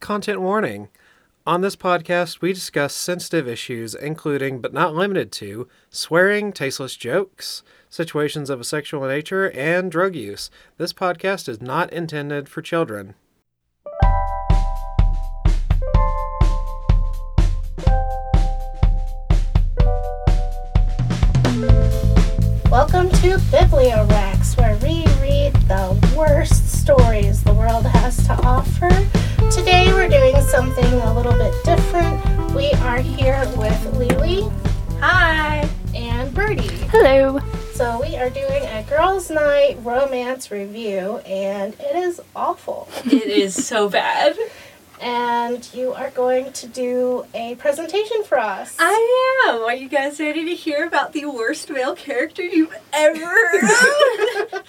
Content warning. On this podcast, we discuss sensitive issues, including but not limited to swearing, tasteless jokes, situations of a sexual nature, and drug use. This podcast is not intended for children. Welcome to Bibliorex, where we read the worst stories the world has to offer. Today we're doing something a little bit different. We are here with Lily. Hi. And Birdie. Hello. So we are doing a girls' night romance review, and it is awful. It is so bad. And you are going to do a presentation for us. I am. Are you guys ready to hear about the worst male character you've ever heard?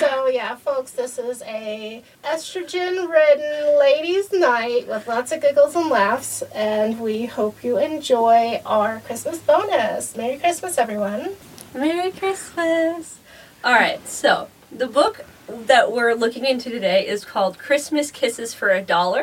So yeah, folks, this is a estrogen-ridden ladies' night with lots of giggles and laughs, and we hope you enjoy our Christmas bonus. Merry Christmas, everyone! Merry Christmas. All right, so the book that we're looking into today is called Christmas Kisses for a Dollar.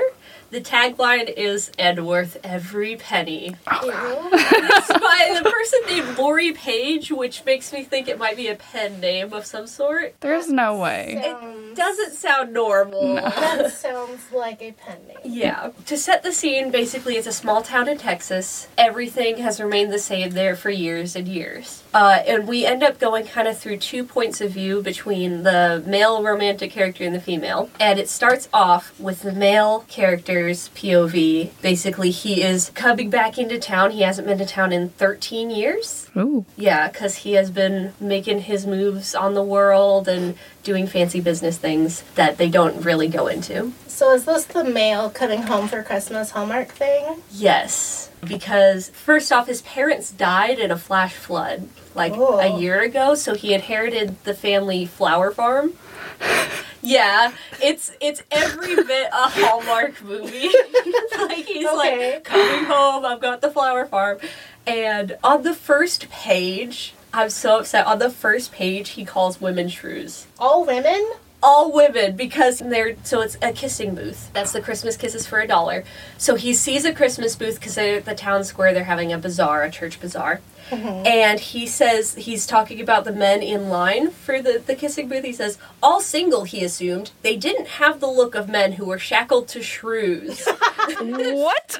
The tagline is "And worth every penny." Mhm. It's by the person named Lori Page, which makes me think it might be a pen name of some sort. There's no way. Sounds- Doesn't sound normal. that sounds like a pen name. Yeah. To set the scene, basically, it's a small town in Texas. Everything has remained the same there for years and years. Uh, and we end up going kind of through two points of view between the male romantic character and the female. And it starts off with the male character's POV. Basically, he is coming back into town. He hasn't been to town in 13 years. Ooh. Yeah, because he has been making his moves on the world and doing fancy business things that they don't really go into. So is this the mail coming home for Christmas Hallmark thing? Yes, because first off, his parents died in a flash flood like Oh. a year ago, so he inherited the family flower farm. Yeah, it's it's every bit a Hallmark movie. like he's Okay. like coming home, I've got the flower farm, and on the first page, I'm so upset. On the first page, he calls women shrews All women? all women because they're so it's a kissing booth. That's the Christmas kisses for a dollar. So he sees a Christmas booth because at the town square they're having a bazaar, a church bazaar, and he says he's talking about the men in line for the the kissing booth. He says all single. He assumed they didn't have the look of men who were shackled to shrews. What?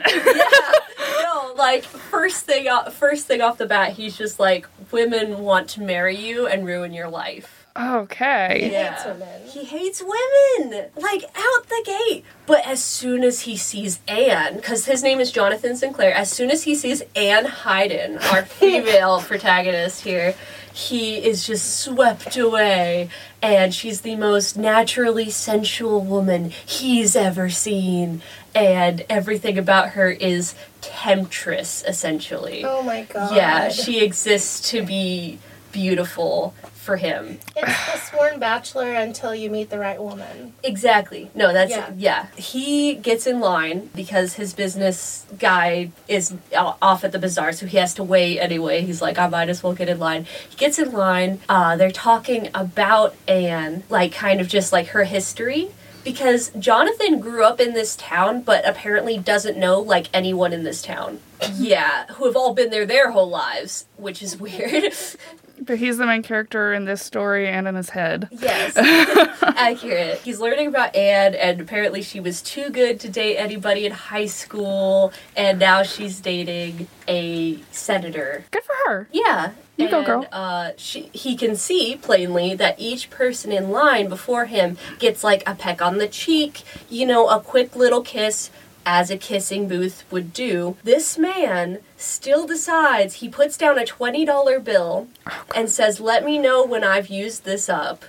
no, like first thing off, first thing off the bat, he's just like women want to marry you and ruin your life. okay. Yeah. hates women. He hates women, like out the gate. But as soon as he sees Anne, because his name is Jonathan Sinclair, as soon as he sees Anne Hyden, our female protagonist here, he is just swept away. And she's the most naturally sensual woman he's ever seen. And everything about her is temptress, essentially. Oh my god. yeah, she exists to be beautiful for him. It's the sworn bachelor until you meet the right woman. Exactly. No, that's Yeah. yeah. He gets in line because his business guy is o- off at the bazaar, so he has to wait anyway. He's like, I might as well get in line. He gets in line. Uh, they're talking about Anne, like kind of just like her history. Because Jonathan grew up in this town, but apparently doesn't know like anyone in this town. Yeah, who have all been there their whole lives, which is weird. But he's the main character in this story and in his head. Yes. Accurate. He's learning about Anne, and apparently she was too good to date anybody in high school, and now she's dating a senator. Good for her. Yeah. You go, and, girl. Uh, she, he can see plainly that each person in line before him gets like a peck on the cheek, you know, a quick little kiss, as a kissing booth would do. This man still decides he puts down a $20 bill Oh, and says, Let me know when I've used this up.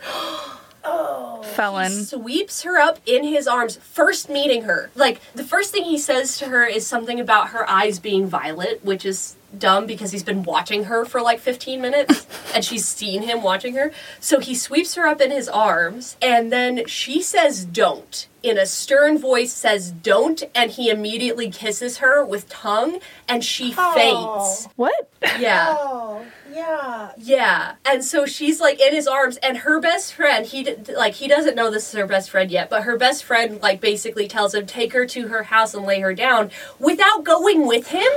Oh, Felon. Sweeps her up in his arms, first meeting her. Like, the first thing he says to her is something about her eyes being violet, which is dumb because he's been watching her for like 15 minutes and she's seen him watching her. So he sweeps her up in his arms and then she says, Don't. In a stern voice, says, Don't. And he immediately kisses her with tongue and she Oh. faints. What? Yeah. Oh, Yeah. Yeah, and so she's like in his arms, and her best friend, he d- like he doesn't know this is her best friend yet, but her best friend like basically tells him take her to her house and lay her down without going with him.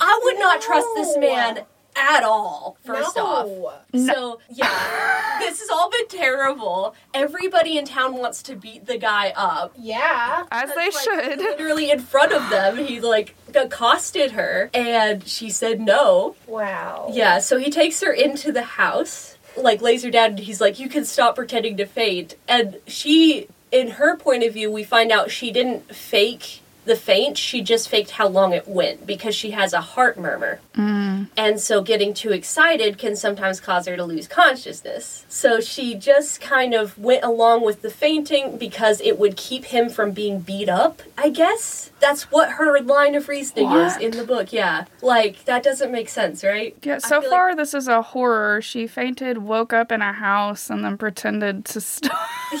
I would not trust this No. man at all. First no. off, so yeah, this has all been terrible. Everybody in town wants to beat the guy up. Yeah. As they Like, should. Literally in front of them, he like accosted her, and she said no. Wow. Yeah, so he takes her into the house, like lays her down, and he's like, "You can stop pretending to faint." And she, in her point of view, we find out she didn't fake the faint; she just faked how long it went because she has a heart murmur, and so getting too excited can sometimes cause her to lose consciousness. So she just kind of went along with the fainting because it would keep him from being beat up. I guess that's what her line of reasoning is What? in the book. Yeah, like that doesn't make sense, right? Yeah, I so feel far this is a horror. She fainted, woke up in a house, and then pretended to stop.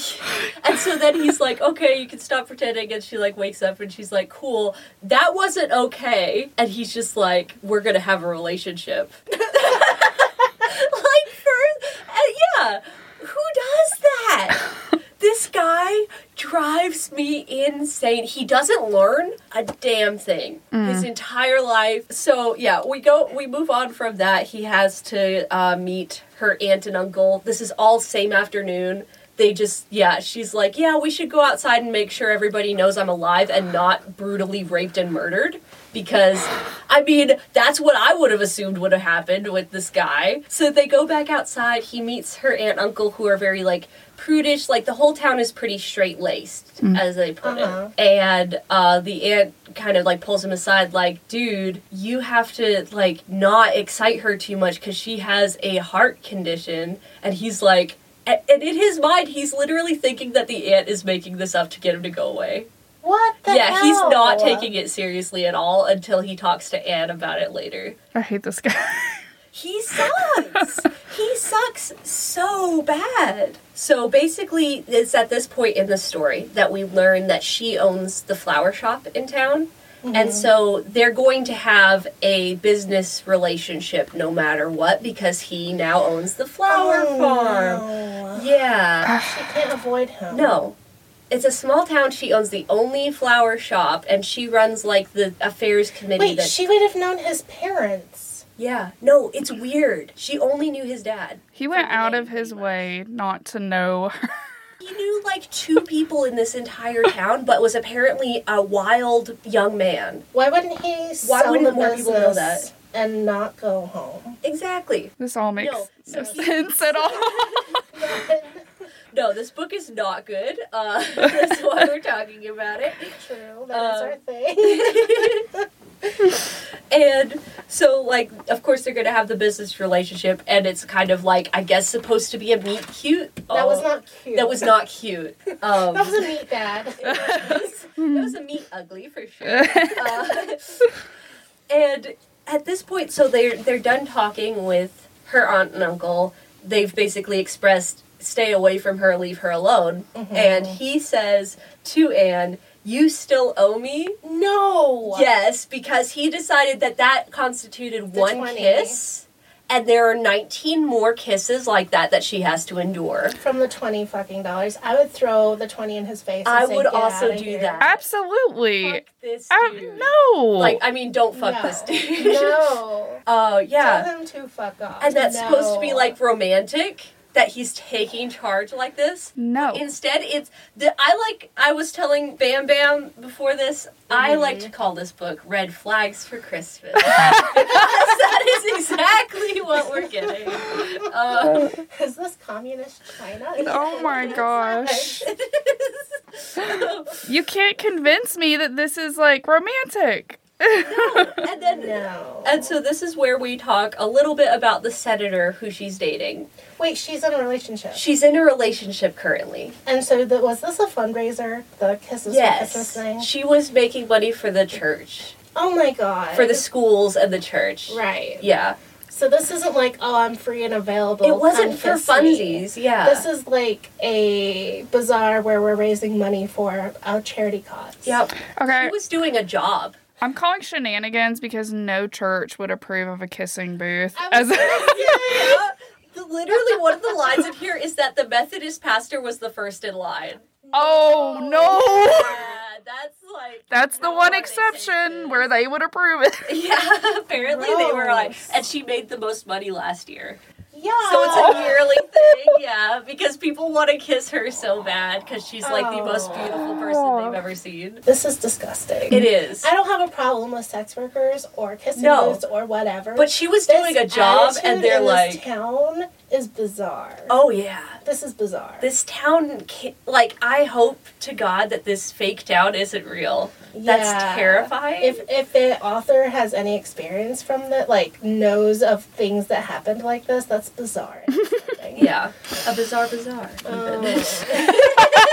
And so then he's like, okay, you can stop pretending. And she like wakes up and she's like, cool, that wasn't okay. And he's just like, we're gonna have a relationship. like, for, uh, yeah, who does that? this guy drives me insane. He doesn't learn a damn thing his entire life. So yeah, we go we move on from that. He has to uh, meet her aunt and uncle. This is all same afternoon. They just yeah, she's like, "Yeah, we should go outside and make sure everybody knows I'm alive and not brutally raped and murdered." Because, I mean, that's what I would have assumed would have happened with this guy. So they go back outside. He meets her aunt, uncle, who are very like prudish. Like the whole town is pretty straight laced, as they put Uh-huh. it. And uh, the aunt kind of like pulls him aside, like, dude, you have to like not excite her too much because she has a heart condition. And he's like, a- and in his mind, he's literally thinking that the aunt is making this up to get him to go away. What the yeah, he's hell? not taking it seriously at all until he talks to Anne about it later. I hate this guy. He sucks. he sucks so bad. So basically, it's at this point in the story that we learn that she owns the flower shop in town. And so they're going to have a business relationship no matter what because he now owns the flower Oh, farm. no. Yeah. She can't avoid him. No. It's a small town. She owns the only flower shop and she runs like the affairs committee Wait, that she would have known his parents. Yeah. No, it's weird. She only knew his dad. He went Freaking out of angry his much. way not to know her. He knew like two people in this entire town, but was apparently a wild young man. Why wouldn't he sell wouldn't the more people know business and not go home? Exactly. This all makes No, no so he- sense at all. No, this book is not good. Uh, that's why we're talking about it. True, that is Uh, our thing. And so, like, of course, they're gonna have the business relationship, and it's kind of like I guess supposed to be a meet cute. Oh. that was not cute. That was not cute. Um, That was a meat bag. that was a meat ugly for sure. Uh, and at this point, so they're they're done talking with her aunt and uncle. They've basically expressed stay away from her, leave her alone. Mm-hmm. And he says to Anne, "You still owe me." no. Yes, because he decided that that constituted The one 20. kiss. And there are 19 more kisses like that that she has to endure. From the twenty fucking dollars, I would throw the twenty in his face. and I say, would "Get also outta do here." that. Absolutely. Fuck this I- dude. Um, no. Like, I mean, don't fuck no. this dude. no. Oh, yeah. Tell him to fuck off. and that's supposed to be No. like romantic that he's taking charge like this no. instead it's the i like i was telling bam bam before this i Mm-hmm. like to call this book red flags for christmas because that is exactly what we're getting uh, Is this communist China? Oh my gosh. You can't convince me that this is like romantic. and then No. and so this is where we talk a little bit about the senator who she's dating Wait, she's in a relationship. she's in a relationship currently And so that was this a fundraiser? The kisses for Christmas thing. yes she was making money for the church Oh my god. for the schools and the church. Right. Yeah. So this isn't like oh I'm free and available. it wasn't come for kiss me. funsies. Yeah. This is like a bazaar where we're raising money for a charity cause. Yep. Okay. He was doing a job. I'm calling shenanigans because no church would approve of a kissing booth. I As was Yeah. Literally, one of the lines in here is that the Methodist pastor was the first in line. oh no, Yeah, that's like. that's the No one one accepts exception it. where they would approve it. Yeah, apparently they were like, Gross. and she made the most money last year. Yeah. So it's a yearly thing, yeah, because people want to kiss her so bad because she's like the most beautiful person they've ever seen. this is disgusting. It is. I don't have a problem with sex workers or kissing No. booths or whatever. But she was this doing a job attitude and they're in like, this town is bizarre. oh yeah. This is bizarre. This town, can, like, I hope to God that this fake town isn't real. That's Yeah. terrifying. If if the author has any experience from that, like knows of things that happened like this, that's bizarre. and upsetting. yeah, Oh. a bizarre bizarre. even.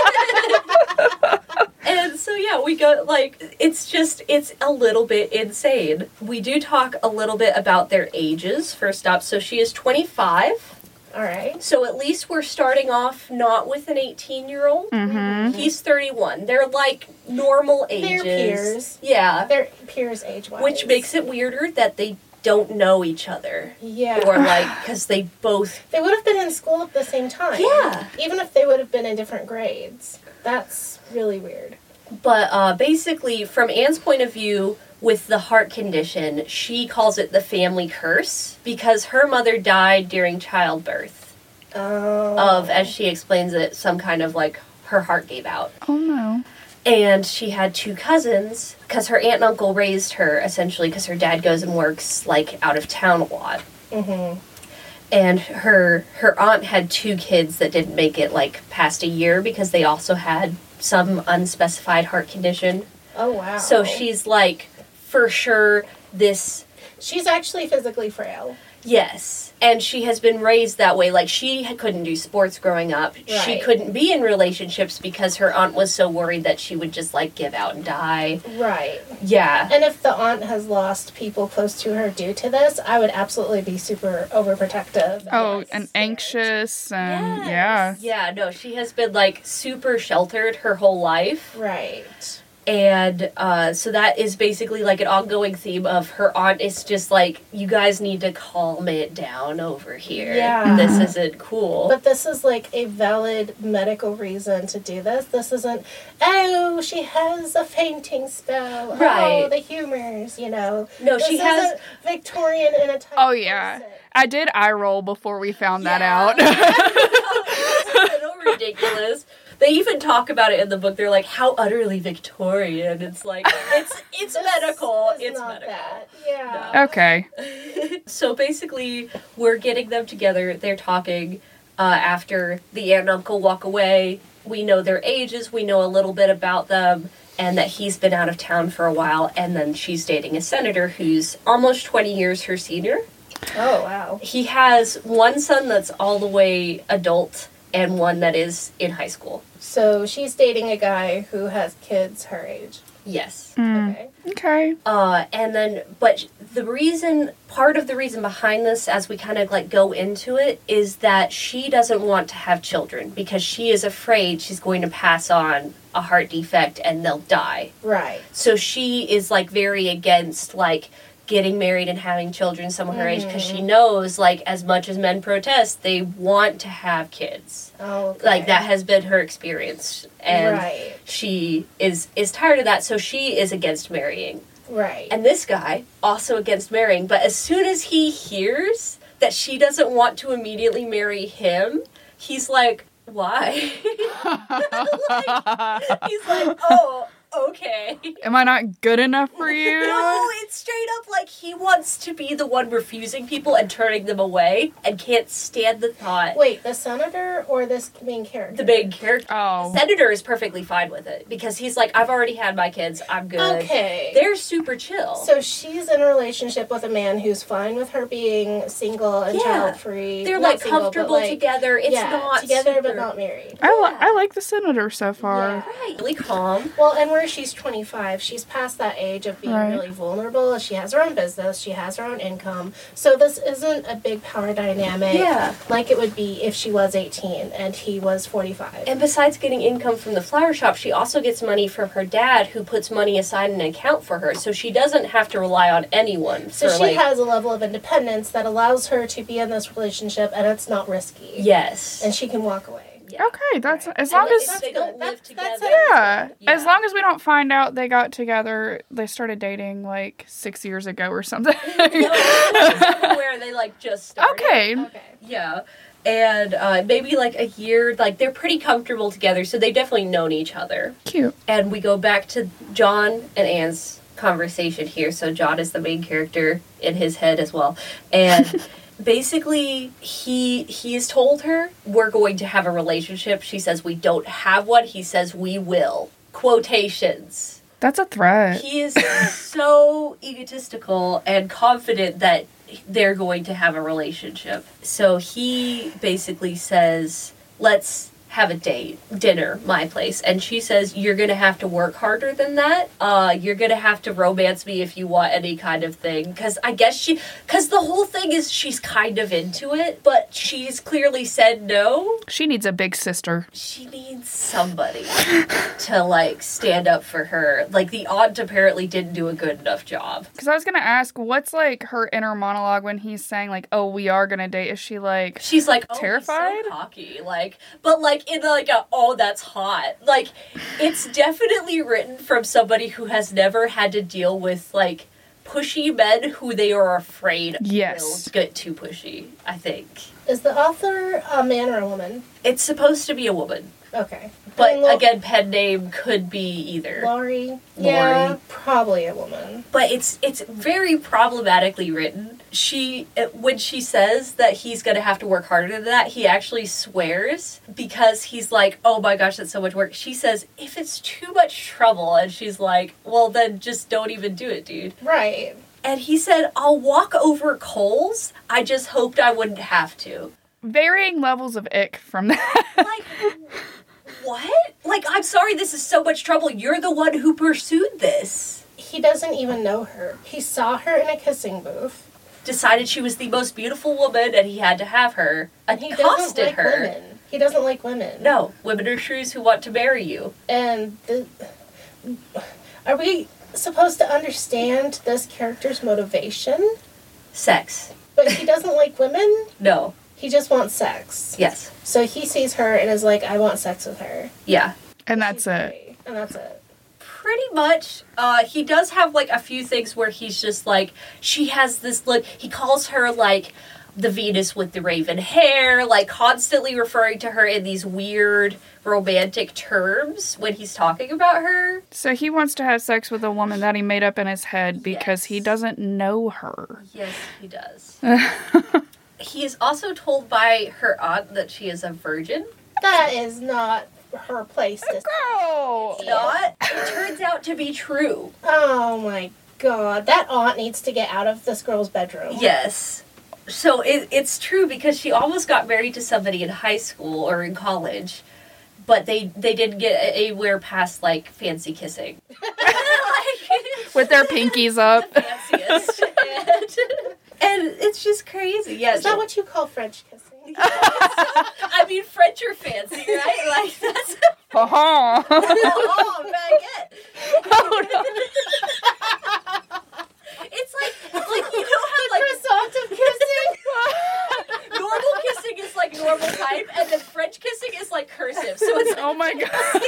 And so yeah, we go like it's just it's a little bit insane. We do talk a little bit about their ages first up. So she is 25. All right. So at least we're starting off not with an 18-year-old. Mm-hmm. He's 31. They're like normal They're ages. peers. Yeah, Their peers age wise. which makes it weirder that they don't know each other yeah. or like cuz they both they would have been in school at the same time. Yeah. Even if they would have been in different grades, that's really weird. But uh, basically, from Anne's point of view, with the heart condition, she calls it the family curse because her mother died during childbirth Um, of, as she explains it, some kind of like her heart gave out. Oh no. And she had two cousins because her aunt and uncle raised her essentially because her dad goes and works like out of town a lot. mhm. And her her aunt had two kids that didn't make it like past a year because they also had some unspecified heart condition. Oh wow. So she's like, for sure, this, she's actually physically frail. yes. And she has been raised that way. Like, she ha- couldn't do sports growing up. She Right. couldn't be in relationships because her aunt was so worried that she would just, like, give out and die. Right. Yeah. And if the aunt has lost people close to her due to this, I would absolutely be super overprotective. Oh, Yes. and anxious and yeah. Yeah, no, she has been, like, super sheltered her whole life. Right. And uh, so that is basically, like, an ongoing theme of her aunt is just like, you guys need to calm it down over here. Yeah. This isn't cool. But this is like a valid medical reason to do this. This isn't, oh, she has a fainting spell. Oh, Right. the humors, you know. No, she This has- isn't Victorian in a time. Oh yeah. I did eye roll before we found that out. It's a little ridiculous. They even talk about it in the book. They're like, "How utterly Victorian!" It's like it's it's medical. It's medical. That. Yeah. okay. So basically, we're getting them together. They're talking uh, after the aunt and uncle walk away. We know their ages. We know a little bit about them, and that he's been out of town for a while. And then she's dating a senator who's almost twenty years her senior. Oh wow. He has one son that's all the way adult, and one that is in high school. So she's dating a guy who has kids her age. Yes. Hmm. Okay. Okay. Uh, and then, but the reason, part of the reason behind this, as we kind of like go into it, is that she doesn't want to have children because she is afraid she's going to pass on a heart defect and they'll die. Right. So she is like very against like getting married and having children someone her age because she knows like as much as men protest, they want to have kids. Oh. okay. Like that has been her experience, and Right. she is is tired of that. So she is against marrying. Right. And this guy, also against marrying, but as soon as he hears that she doesn't want to immediately marry him, he's like, why? Am he's like, oh, okay. I not good enough for No, you? it's straight up like he wants to be the one refusing people and turning them away and can't stand the thought. Wait, the senator or this main character? The big character. Oh. Senator is perfectly fine with it because he's like, I've already had my kids, I'm good. Okay. They're super chill. so she's in a relationship with a man who's fine with her being single and Yeah. child free. they're like comfortable together. It's yeah, not together but super- not married. I, li- I like the senator so far. Yeah. Right. Really calm. Well, and we're her, she's 25. She's past that age of being Right. really vulnerable. She has her own business, she has her own income. So this isn't a big power dynamic Yeah. like it would be if she was 18 and he was 45. And besides getting income from the flower shop, she also gets money from her dad, who puts money aside in an account for her. So she doesn't have to rely on anyone. so for, she like, has a level of independence that allows her to be in this relationship and it's not risky. Yes. And she can walk away. Okay, that's as And long like, as if they don't live That's- that's together. it. yeah, as Yeah. long as we don't find out they got together, they started dating like six years ago or something. where they like just started. okay, Okay. Yeah. And uh, maybe like a year, like they're pretty comfortable together, so they've definitely known each other. cute. And we go back to John and Anne's conversation here. So John is the main character in his head as well. And basically he he has told her we're going to have a relationship. She says we don't have one. He says we will. Quotations. That's a threat. He is so egotistical and confident that they're going to have a relationship. So he basically says, "Let's have a date, dinner, my place." And she says, "You're going to have to work harder than that. Uh, you're going to have to romance me if you want any kind of thing." Cuz I guess she cuz the whole thing is she's kind of into it, but she's clearly said no. she needs a big sister. She needs somebody to like stand up for her. Like the aunt apparently didn't do a good enough job. Because I was gonna ask, what's like her inner monologue when he's saying like, "Oh, we are gonna date"? Is she like, She's like oh, Terrified? He's so cocky, like, but like in like a oh that's hot. Like, it's definitely written from somebody who has never had to deal with like pushy men who they are afraid Yes. will get too pushy. I think Is the author a man or a woman? it's supposed to be a woman, Okay. but And Lo- again, pen name could be either. Laurie. Yeah, Laurie. probably a woman. but it's it's very problematically written. She uh, when she says that he's gonna have to work harder than that, he actually swears because he's like, "Oh my gosh, that's so much work." She says, "If it's too much trouble," and she's like, "Well, then just don't even do it, dude." Right. And he said, "I'll walk over coals. I just hoped I wouldn't have to." varying levels of ick from that. Like. What? Like, I'm sorry, this is so much trouble. You're the one who pursued this. He doesn't even know her. He saw her in a kissing booth. Decided she was the most beautiful woman and he had to have her. And he doesn't Accosted like her. women. He doesn't like women. No, women are shrews who want to marry you. And the, are we supposed to understand this character's motivation? Sex. But he doesn't like women. No. He just wants sex. Yes. So he sees her and is like, I want sex with her. Yeah. and that's She's it. gay. And that's it. Pretty much, uh, he does have like a few things where he's just like, she has this look. He calls her like the Venus with the raven hair, like constantly referring to her in these weird romantic terms when he's talking about her. So he wants to have sex with a woman that he made up in his head because he Yes. doesn't know her. Yes, he does. he is also told by her aunt that she is a virgin. That is not her place to Oh, Not. It turns out to be true. Oh my god, that aunt needs to get out of this girl's bedroom. Yes. So it, it's true because she almost got married to somebody in high school or in college, but they they didn't get a- anywhere past like fancy kissing. like with their pinkies up. fanciest. And, and it's just crazy. Yes. Is that what you call French kissing? I mean French or fancy, right? Like that's Uh-huh. oh, baguette. It's like like you know how like Croissant of kissing? normal kissing is like normal type, and then French kissing is like cursive. So it's oh my god.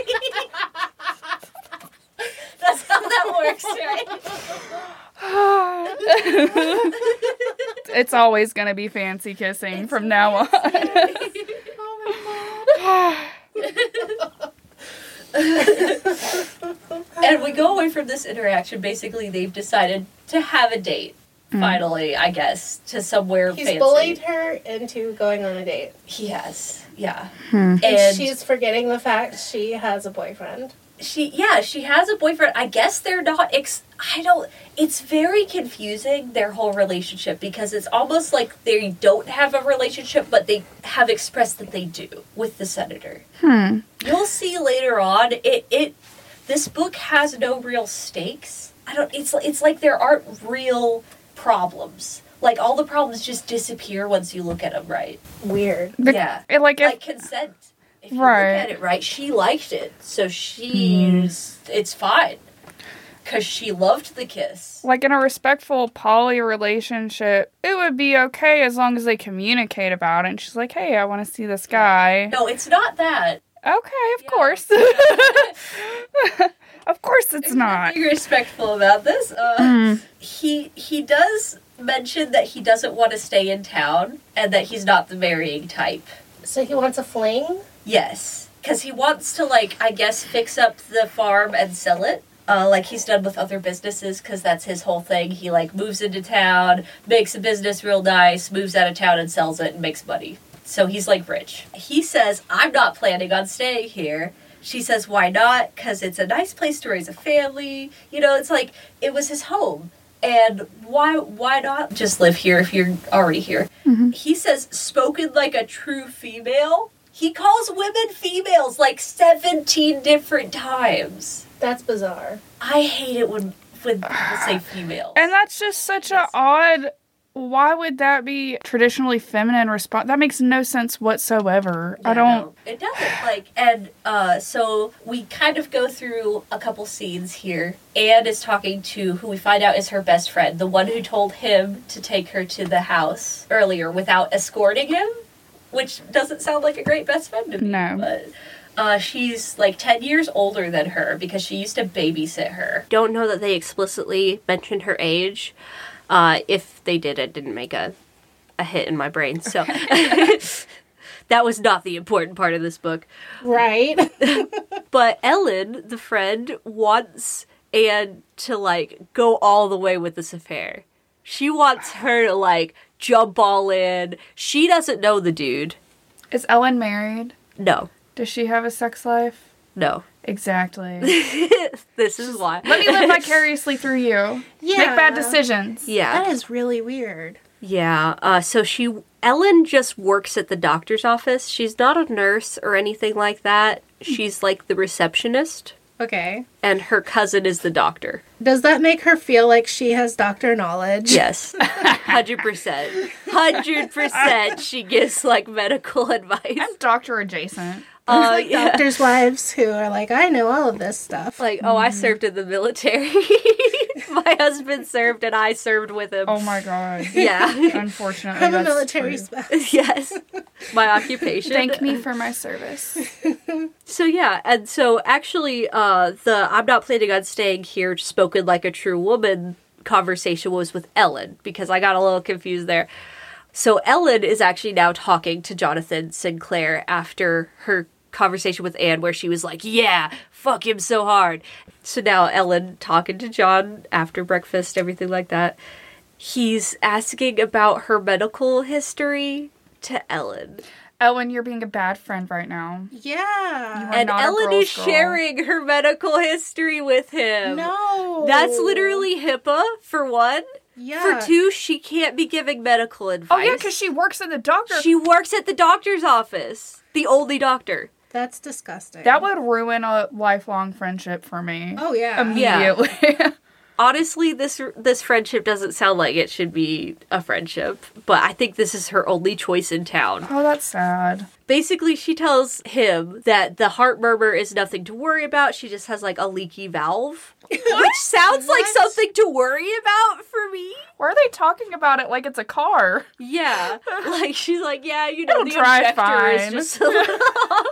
that's how that works, right? it's always gonna be fancy kissing from now on. And we go away from this interaction. Basically, they've decided to have a date. Finally, I guess to somewhere Hmm. He's fancy. bullied her into going on a date. He has, yeah. And, And Hmm. she's forgetting the fact she has a boyfriend. she yeah she has a boyfriend i guess they're not ex- i don't it's very confusing their whole relationship because it's almost like they don't have a relationship but they have expressed that they do with the senator Hmm. you'll see later on it it this book has no real stakes. I don't. It's it's like there aren't real problems. Like all the problems just disappear once you look at them right. Weird. The- yeah, It, like, if, like consent. If you Right. Hmm. look at it right, she liked it, so she's it's fine because she loved the kiss. like in a respectful poly relationship, it would be okay as long as they communicate about it. And she's like, "Hey, I want to see this guy." No, it's not that. Okay, of Yeah. course. of course, it's not. Be respectful about this. Uh, Mm. He he does mention that he doesn't want to stay in town and that he's not the marrying type. So he wants a fling? Yes, because he wants to like I guess fix up the farm and sell it. Uh, like he's done with other businesses because that's his whole thing. He like moves into town, makes a business real nice, moves out of town and sells it and makes money. So he's like rich. He says, "I'm not planning on staying here." She says, "Why not? Because it's a nice place to raise a family. You know, it's like it was his home." And why why not just live here if you're already here? He says, "Spoken like a true female." He calls women females like 17 different times. That's bizarre. I hate it when when people say female. And that's just such a Yes. odd. Why would that be traditionally feminine response? That makes no sense whatsoever. I Yeah, don't. no, it doesn't like and uh so we kind of go through a couple scenes here. Anne is talking to who we find out is her best friend, the one who told him to take her to the house earlier without escorting him, which doesn't sound like a great best friend to me. No. But uh, she's like 10 years older than her because she used to babysit her. Don't know that they explicitly mentioned her age. Uh, if they did, it didn't make a, a hit in my brain. So that was not the important part of this book. Right? But Ellen, the friend, wants Anne to like go all the way with this affair. She wants her to like jump all in. She doesn't know the dude. Is Ellen married? No, Does she have a sex life? no. Exactly. this is why. Let me live vicariously through you. Yeah. Make bad decisions. Yeah. That is really weird. Yeah. Uh, so she, Ellen, just works at the doctor's office. She's not a nurse or anything like that. She's like the receptionist, Okay. and her cousin is the doctor. Does that make her feel like she has doctor knowledge? Yes, hundred percent, hundred percent. She gives like medical advice. I'm doctor adjacent. Uh, yeah. Doctors' wives who are like, I know all of this stuff. Like, oh, I served in the military. My husband served, and I served with him. Oh my god. Yeah. Unfortunately, I'm a that's military true. spouse. yes. My occupation. Thank me for my service. So yeah, and so actually, uh, the "I'm not planning on staying here" spoken like a true woman conversation was with Ellen because I got a little confused there. So Ellen is actually now talking to Jonathan Sinclair after her conversation with Anne, where she was like, "Yeah, fuck him so hard." So now Ellen talking to John after breakfast, everything like that. He's asking about her medical history to Ellen. Ellen, you're being a bad friend right now. Yeah. are and not a Ellen girl's is girl. sharing her medical history with him. No. That's literally HIPAA for one. Yeah. For two, she can't be giving medical advice. Oh yeah, because she works in the doctor. she works at the doctor's office, the only doctor. That's disgusting. that would ruin a lifelong friendship for me. Oh, yeah. Immediately. Honestly, this this friendship doesn't sound like it should be a friendship, but I think this is her only choice in town. oh, that's sad. Basically, she tells him that the heart murmur is nothing to worry about. She just has like a leaky valve, which sounds like What? something to worry about for me. Why are they talking about it like it's a car? Yeah, like she's like, yeah, you know, It'll the dry injector fine. is just a little off.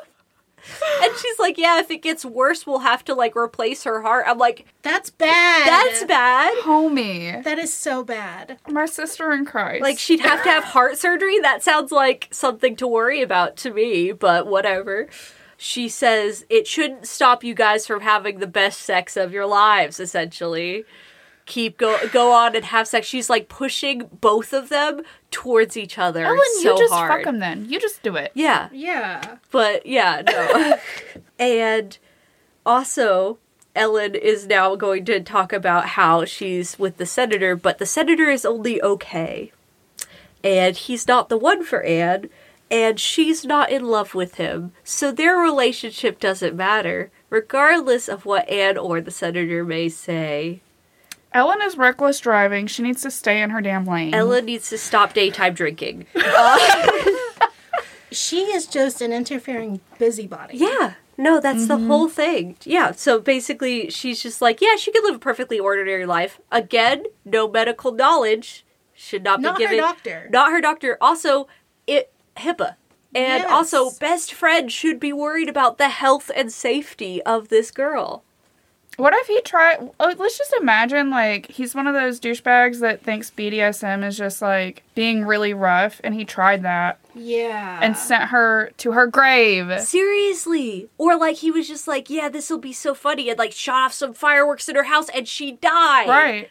And she's like, yeah, if it gets worse, we'll have to like replace her heart. I'm like, That's bad. that's bad. Homie, That is so bad. my sister in Christ. Like she'd have to have heart surgery. That sounds like something to worry about to me, but whatever. She says it shouldn't stop you guys from having the best sex of your lives. Essentially, keep go go on and have sex. She's like pushing both of them towards each other. Ellen, so you just hard. fuck him then. You just do it. Yeah. Yeah. But yeah, no. and also, Ellen is now going to talk about how she's with the senator, but the senator is only okay. And he's not the one for Anne, and she's not in love with him. So their relationship doesn't matter, regardless of what Anne or the senator may say. Ellen is reckless driving. She needs to stay in her damn lane. Ella needs to stop daytime drinking. She is just an interfering busybody. Yeah. No, that's Mm-hmm. the whole thing. Yeah. So basically, she's just like, yeah, she could live a perfectly ordinary life. Again, no medical knowledge should not, Not her be given. doctor. Not her doctor. Also, it HIPAA. And Yes. also, best friend should be worried about the health and safety of this girl. What if he tried? oh, Let's just imagine like he's one of those douchebags that thinks BDSM is just like being really rough, and he tried that Yeah. and sent her to her grave. Seriously. Or like he was just like, yeah, this will be so funny, and like shot off some fireworks in her house, and she died. Right.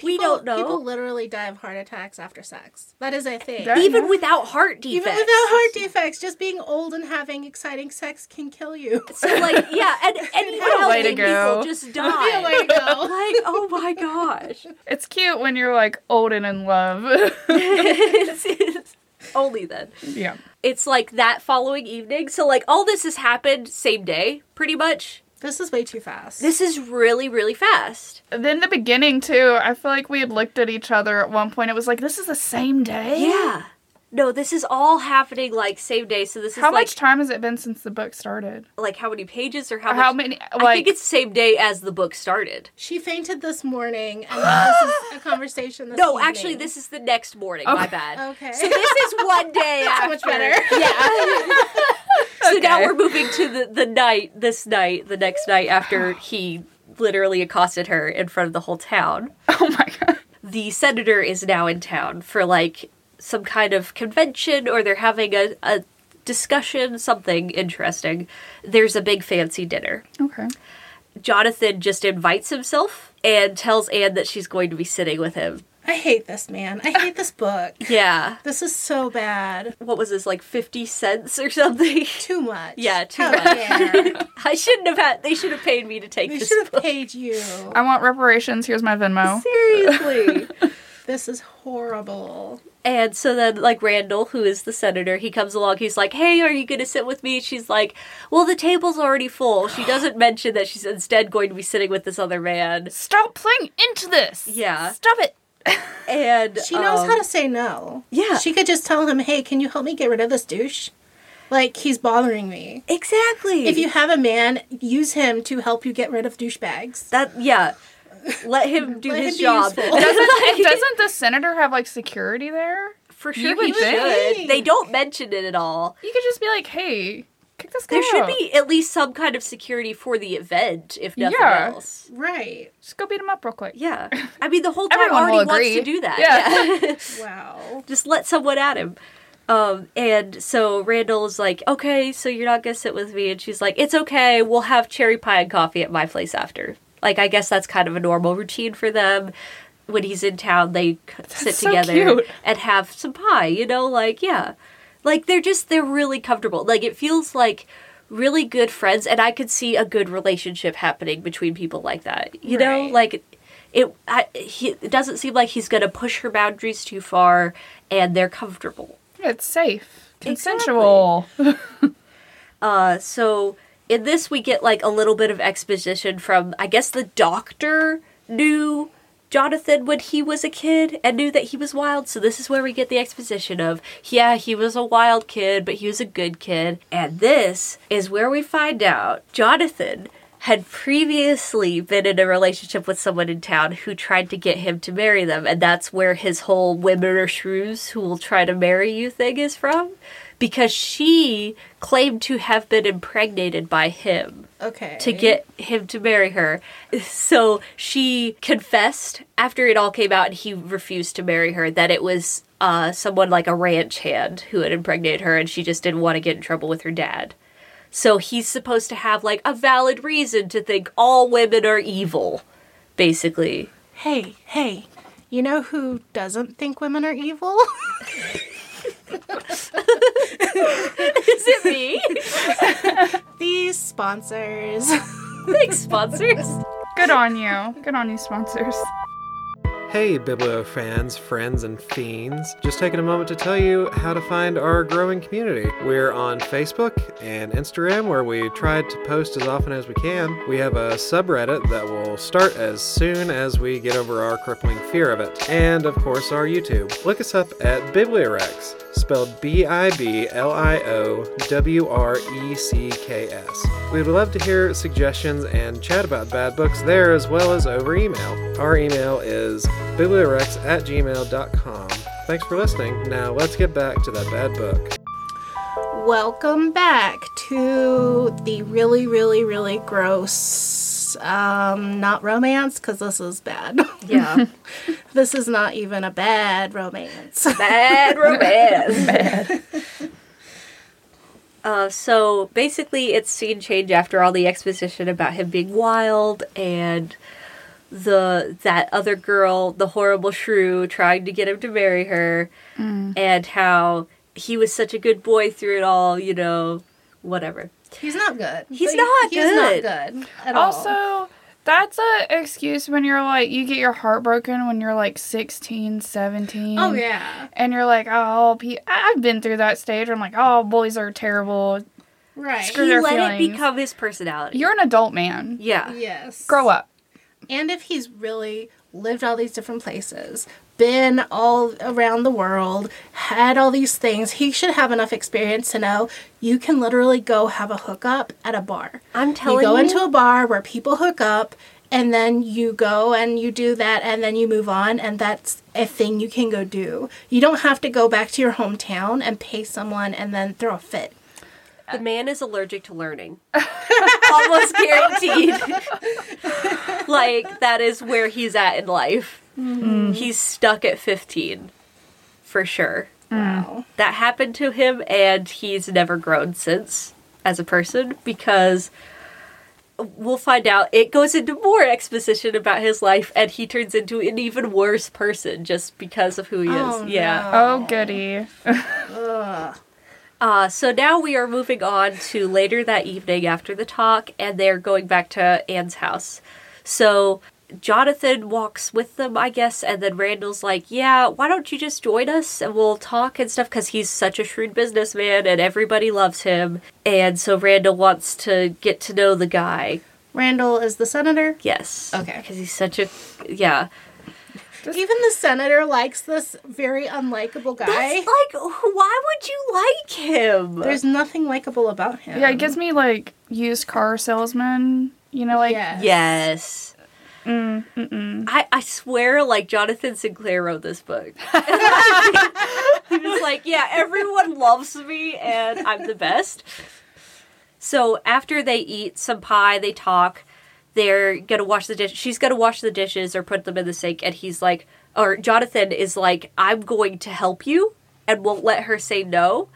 we don't know. People literally die of heart attacks after sex. That is a thing. That- even without heart defects. Even without heart defects, just being old and having exciting sex can kill you. So like, yeah, and any What a way to healthy go. people just Be a die. way to go. like, oh my gosh. It's cute when you're like old and in love. It's- it's- only then. yeah. It's like that following evening. So like all this has happened same day, pretty much. This is way too fast. This is really, really fast. Then the beginning too. I feel like we had looked at each other at one point. It was like this is the same day. Yeah. No, this is all happening like same day. So this is How like much time has it been since the book started? like how many pages or how Or how much many? Like, I think it's same day as the book started. she fainted this morning, and now this is a conversation. This No, evening. actually, this is the next morning. My bad. Okay. So this is one day so after. much better. Yeah. so now Okay. we're moving to the, the night, this night, the next night after he literally accosted her in front of the whole town. oh my god. The senator is now in town for like some kind of convention or they're having a, a discussion, something interesting. There's a big fancy dinner. Okay. Jonathan just invites himself and tells Anne that she's going to be sitting with him. I hate this man. I hate this book. Yeah. This is so bad. What was this, like 50 cents or something? Too much. Yeah, too How much. dare. I shouldn't have had. They should have paid me to take They this should have book. paid you. I want reparations. Here's my Venmo. Seriously. This is horrible. and so then, like Randall, who is the senator, he comes along. He's like, "Hey, are you going to sit with me?" She's like, "Well, the table's already full." She doesn't mention that she's instead going to be sitting with this other man. Stop playing into this. Yeah. Stop it. And She knows um, how to say no. yeah. She could just tell him, hey, can you help me get rid of this douche? Like, he's bothering me. exactly. If you have a man, use him to help you get rid of douchebags. that yeah, let him do Let his him be job. useful. Doesn't, doesn't the senator have like security there? For You sure, would he think. should. They don't mention it at all. You could just be like, hey, kick this guy There should out. be at least some kind of security for the event, if nothing Yeah. else. Right. Just go beat him up real quick. Yeah. I mean, the whole town Everyone will already wants agree. to do that. Yeah. Yeah. Wow. Just let someone at him. Um, and so Randall is like, okay, so you're not going to sit with me. And she's like, it's okay. We'll have cherry pie and coffee at my place after. Like, I guess that's kind of a normal routine for them. When he's in town, they c- sit so together cute. and have some pie, you know? Like, yeah. Like, they're just, they're really comfortable. Like, it feels like really good friends. And I could see a good relationship happening between people like that, you know? Right. Like, it I, he, it doesn't seem like he's going to push her boundaries too far and they're comfortable It's safe, consensual. uh so in this we get like a little bit of exposition from i guess the doctor knew jonathan when he was a kid and knew that he was wild so this is where we get the exposition of yeah he was a wild kid but he was a good kid and this is where we find out jonathan had previously been in a relationship with someone in town who tried to get him to marry them, and that's where his whole women are shrews who will try to marry you thing is from. Because she claimed to have been impregnated by him Okay. to get him to marry her. So she confessed after it all came out and he refused to marry her that it was uh, someone like a ranch hand who had impregnated her and she just didn't want to get in trouble with her dad. So he's supposed to have like a valid reason to think all women are evil, basically. Hey, hey. You know who doesn't think women are evil? Is it me? These sponsors. Thanks, sponsors. Good on you. Good on you, sponsors. Hey, Biblio fans, friends, and fiends. Just taking a moment to tell you how to find our growing community. We're on Facebook and Instagram, where we try to post as often as we can. We have a subreddit that will start as soon as we get over our crippling fear of it. And, of course, our YouTube. Look us up at Bibliorex, spelled B I B L I O W R E C K S. We'd love to hear suggestions and chat about bad books there as well as over email. Our email is bibliorex at gmail.com. Thanks for listening. Now let's get back to that bad book. Welcome back to the really, really, really gross, um, not romance, because this is bad. Yeah. this is not even a bad romance. Bad romance. Uh, so basically, it's scene change after all the exposition about him being wild and the that other girl, the horrible shrew, trying to get him to marry her, Mm. and how he was such a good boy through it all. You know, whatever. He's not good. He's But not He's not good. good at all. Also, that's a excuse when you're like, you get your heart broken when you're like 16, 17. Oh yeah. And you're like, oh, pe- I- I've been through that stage. I'm like, oh, boys are terrible. Right. Screw- He their let it feelings. become his personality. You're an adult man. yeah. yes. Grow up. and if he's really lived all these different places, been all around the world, had all these things, he should have enough experience to know you can literally go have a hookup at a bar. I'm telling you go you. into a bar where people hook up and then you go and you do that and then you move on and that's a thing you can go do. You don't have to go back to your hometown and pay someone and then throw a fit. The man is allergic to learning. Almost guaranteed. like, that is where he's at in life. He's stuck at 15, for sure. Wow. That happened to him, and he's never grown since as a person because we'll find out it goes into more exposition about his life, and he turns into an even worse person just because of who he Oh, is. Yeah. no. Oh, goody. Uh, so now we are moving on to later that evening after the talk, and they're going back to Anne's house. So Jonathan walks with them, I guess, and then Randall's like, Yeah, why don't you just join us and we'll talk and stuff? Because he's such a shrewd businessman and everybody loves him. And so Randall wants to get to know the guy. Randall is the senator. Yes. Okay. Because he's such a. Yeah. Even the senator likes this very unlikable guy. That's like, why would you like him? There's nothing likable about him. Yeah, it gives me like used car salesman. You know, like yes. Yes. mm, mm-mm. I, I swear, like Jonathan Sinclair wrote this book. he was like, yeah, everyone loves me and I'm the best. So after they eat some pie, they talk. They're gonna wash the dish. She's gonna wash the dishes or put them in the sink, and he's like, or Jonathan is like, I'm going to help you, and won't let her say no,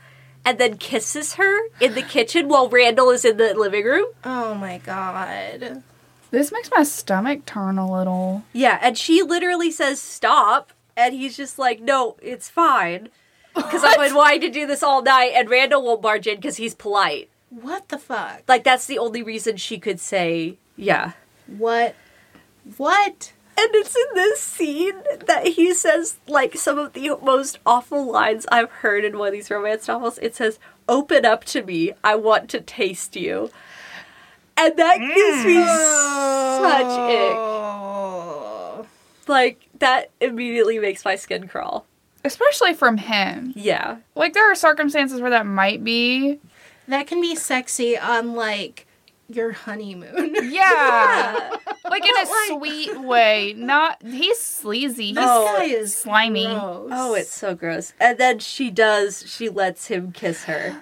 and then kisses her in the kitchen while Randall is in the living room. Oh my god. this makes my stomach turn a little. Yeah, and she literally says stop, and he's just like, no, it's fine. Because I've been wanting to do this all night, and Randall won't barge in because he's polite. What the fuck? Like, that's the only reason she could say, yeah. What? What? And it's in this scene that he says, like, some of the most awful lines I've heard in one of these romance novels. It says, Open up to me. I want to taste you. And that gives me such ick. Oh. Like, that immediately makes my skin crawl. Especially from him. Yeah. Like there are circumstances where that might be. That can be sexy on like your honeymoon. Yeah. Like in a sweet way. Not he's sleazy. He's Oh, this guy is slimy. gross. Oh, it's so gross. And then she does, she lets him kiss her.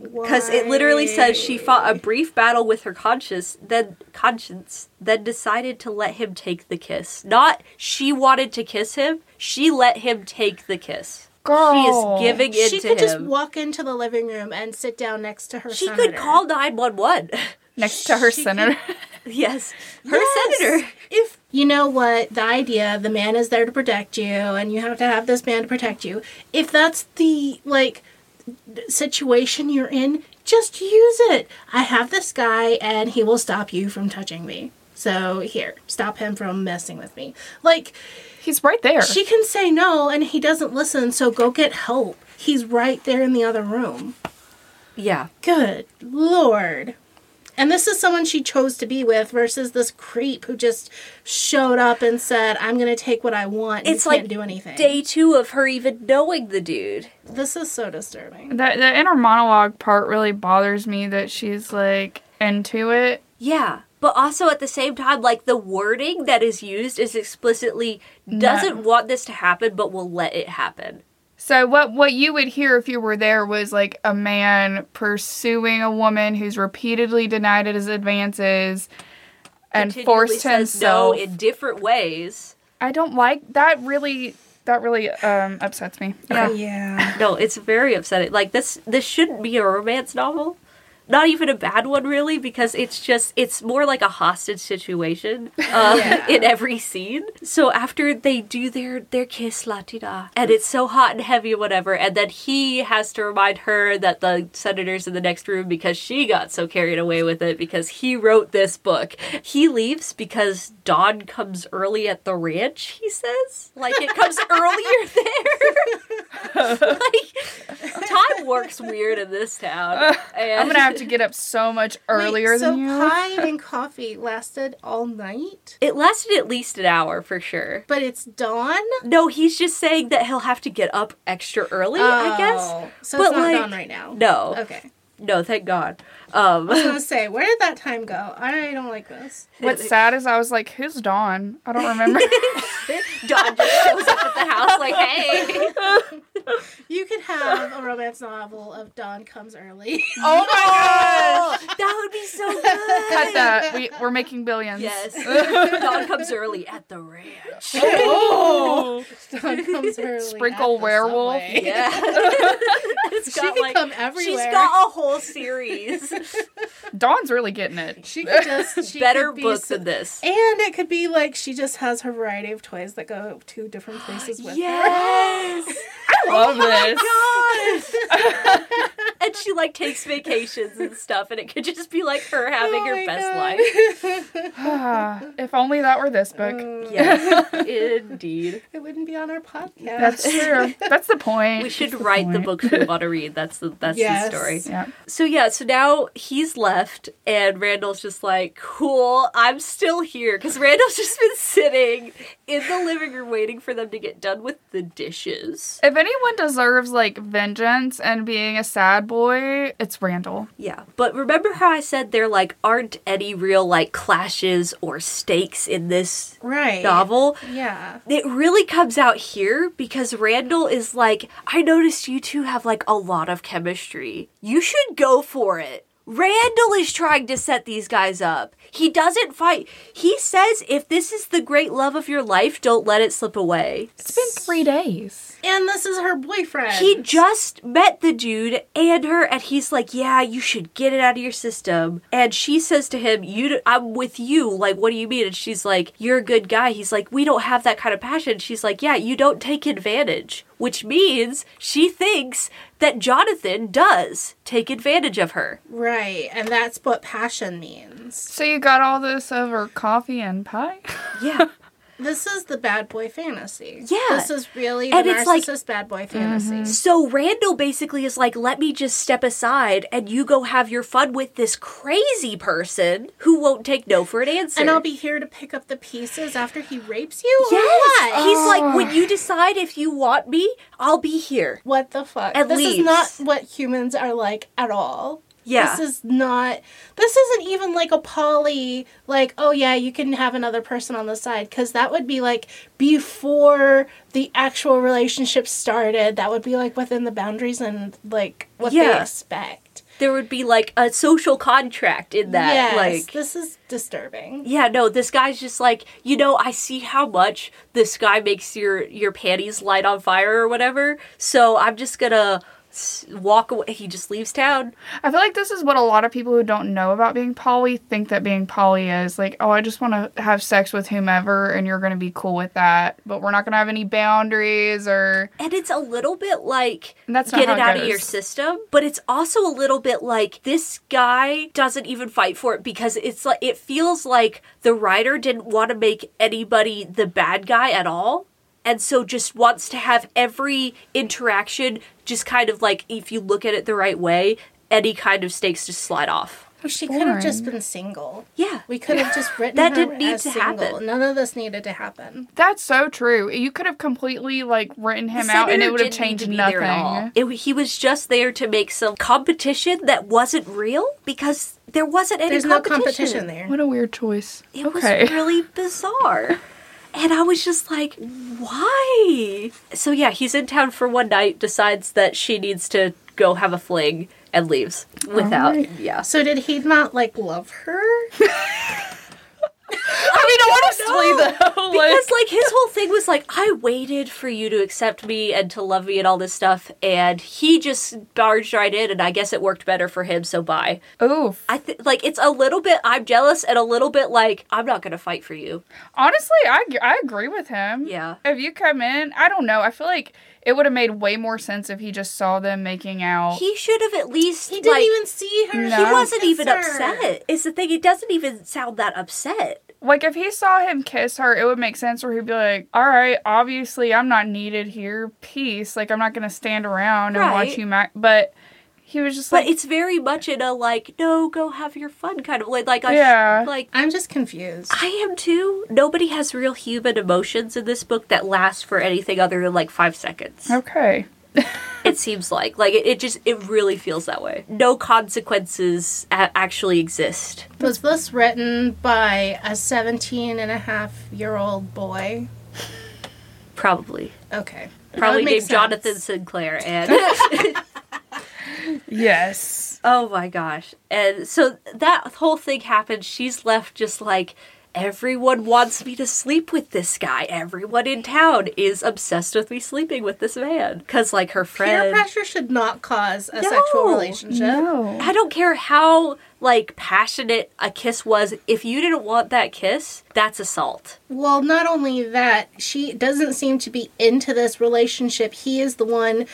Because it literally says she fought a brief battle with her conscience, then conscience, then decided to let him take the kiss. Not she wanted to kiss him, she let him take the kiss. She Oh, Girl. is giving in She to could him. just walk into the living room and sit down next to her. she could senator. call 911. next to her She senator. yes. Her Yes. senator. If you know what the idea, the man is there to protect you, and you have to have this man to protect you. If that's the like d- situation you're in, just use it. I have this guy, and he will stop you from touching me. So here, stop him from messing with me. Like He's right there. she can say no and he doesn't listen, so go get help. He's right there in the other room. Yeah. Good lord. And this is someone she chose to be with versus this creep who just showed up and said, "I'm going to take what I want." And It's you can't like do anything. Day two of her even knowing the dude. this is so disturbing. the, the inner monologue part really bothers me that she's like into it. Yeah. But also at the same time, like the wording that is used is explicitly doesn't want this to happen, but will let it happen. So what what you would hear if you were there was like a man pursuing a woman who's repeatedly denied his advances and Continually forced says himself. no in different ways. I don't like that. Really, that really um, upsets me. Yeah. Yeah. No, it's very upsetting. Like this this shouldn't be a romance novel. Not even a bad one really, because it's just it's more like a hostage situation uh, Yeah. in every scene. So after they do their their kiss Latina and it's so hot and heavy and whatever, and then he has to remind her that the senator's in the next room because she got so carried away with it because he wrote this book. He leaves because dawn comes early at the ranch, he says. Like it comes earlier there like time works weird in this town. And I'm gonna have to get up so much earlier Wait, so than you. pie and coffee lasted all night, It lasted at least an hour for sure. but it's dawn. No, he's just saying that he'll have to get up extra early. I guess. Oh, So but it's not like- dawn right now. No, Okay. no, thank God. Um, I was gonna say, where did that time go? I don't like this. What's sad is I was like, "Who's Dawn?" I don't remember. Oh Don just shows up at the house like, "Hey, You could have a romance novel of dawn comes early. oh my god! that would be so good." Cut that. We, we're making billions. Yes, Don comes early at the ranch. dawn comes early. Sprinkle at the werewolf. subway. Yeah, It's She got, could like- come everywhere. She's got a whole series. Dawn's really getting it. She could just she Better could be book so- than this. And it could be like she just has her variety of toys that go to different places with Yes. Oh I love this. and she like takes vacations and stuff, and it could just be like her having Oh her my best God. life. Ah, if only that were this book. Mm. Yes, indeed. her. It wouldn't be on our podcast. That's true. That's the point. We should write the books we want to read. That's the that's Yes. the story. Yeah. So yeah, so now he's left, and Randall's just like, "Cool, I'm still here," because Randall's just been sitting in the living room waiting for them to get done with the dishes. If anyone deserves like vengeance and being a sad boy, it's Randall. Yeah, but remember how I said there like aren't any real like clashes or stakes in this right. novel? Yeah. it really comes out here because Randall is like, I noticed you two have like a lot of chemistry. You should go for it. Randall is trying to set these guys up. He doesn't fight. He says, if this is the great love of your life, don't let it slip away. It's been three days. And this is her boyfriend. He just met the dude and her, and he's like, "Yeah, you should get it out of your system." And she says to him, "You, d- I'm with you. Like, what do you mean?" And she's like, "You're a good guy." He's like, "We don't have that kind of passion." She's like, "Yeah, you don't take advantage," which means she thinks that Jonathan does take advantage of her. Right. And that's what passion means. So you got all this over coffee and pie? Yeah, This is the bad boy fantasy. Yeah. This is really And the it's like- Mm-hmm. narcissist bad boy fantasy. So Randall basically is like, let me just step aside and you go have your fun with this crazy person who won't take no for an answer. And I'll be here to pick up the pieces after he rapes you? Or Yes. Oh, What? He's like, when you decide if you want me, I'll be here. What the fuck? At this least. is not what humans are like at all. Yeah. This is not this isn't even like a poly like, oh yeah, you can have another person on the side cuz that would be like before the actual relationship started. That would be like within the boundaries and like what they Yeah. expect. there would be like a social contract in that. yes, Like this is disturbing. yeah, no, this guy's just like, you know, I see how much this guy makes your your panties light on fire or whatever. So I'm just gonna s- walk away. He just leaves town. I feel like this is what a lot of people who don't know about being poly think that being poly is like, oh, I just want to have sex with whomever, and you're going to be cool with that, but we're not going to have any boundaries or. And it's a little bit like And that's not get how it it out of goes. your system, but it's also a little bit like this guy doesn't even fight for it because it's like it feels like the writer didn't want to make anybody the bad guy at all. And so just wants to have every interaction just kind of like if you look at it the right way, any kind of stakes just slide off. She boring. could have just been single. Yeah. We could have just written That her didn't need as to single. happen. None of this needed to happen. That's so true. You could have completely like written him The out, and senator it would have didn't need changed to be nothing. there at all. It- he was just there to make some competition that wasn't real because there wasn't any There's no competition. competition there. What a weird choice. It okay. was really bizarre. And I was just like, why? So yeah, he's in town for one night, decides that she needs to go have a fling and leaves without yeah. So did he not like love her? I mean, honestly, though, like, Because like his whole thing was like, I waited for you to accept me and to love me and all this stuff, and he just barged right in, and I guess it worked better for him. So bye. oof. I th- like it's a little bit I'm jealous and a little bit like I'm not gonna fight for you. Honestly, I, g- I agree with him. Yeah. If you come in, I don't know. I feel like it would have made way more sense if he just saw them making out. He should have at least He didn't like, even see her. No. He Yeah. wasn't kiss even her. upset. It's the thing. He doesn't even sound that upset. like, if he saw him kiss her, it would make sense where he'd be like, all right, obviously, I'm not needed here. Peace. Like, I'm not going to stand around and Right. watch you. Ma-. But he was just But like, it's very much in a like, no, go have your fun kind of way. Like, I Yeah. like I'm just confused. I am too. Nobody has real human emotions in this book that last for anything other than like five seconds. okay. It seems like like it, it just it really feels that way. No consequences a- actually exist. Was this written by a 17 and a half year old boy? Probably. Okay. Probably make named sense. Jonathan Sinclair and Yes. Oh my gosh. And so that whole thing happens. She's left just like, everyone wants me to sleep with this guy. Everyone in town is obsessed with me sleeping with this man. Because, like, her Peer friend. pressure should not cause a No. sexual relationship. No. I don't care how, like, passionate a kiss was. If you didn't want that kiss, that's assault. Well, not only that, she doesn't seem to be into this relationship. He is the one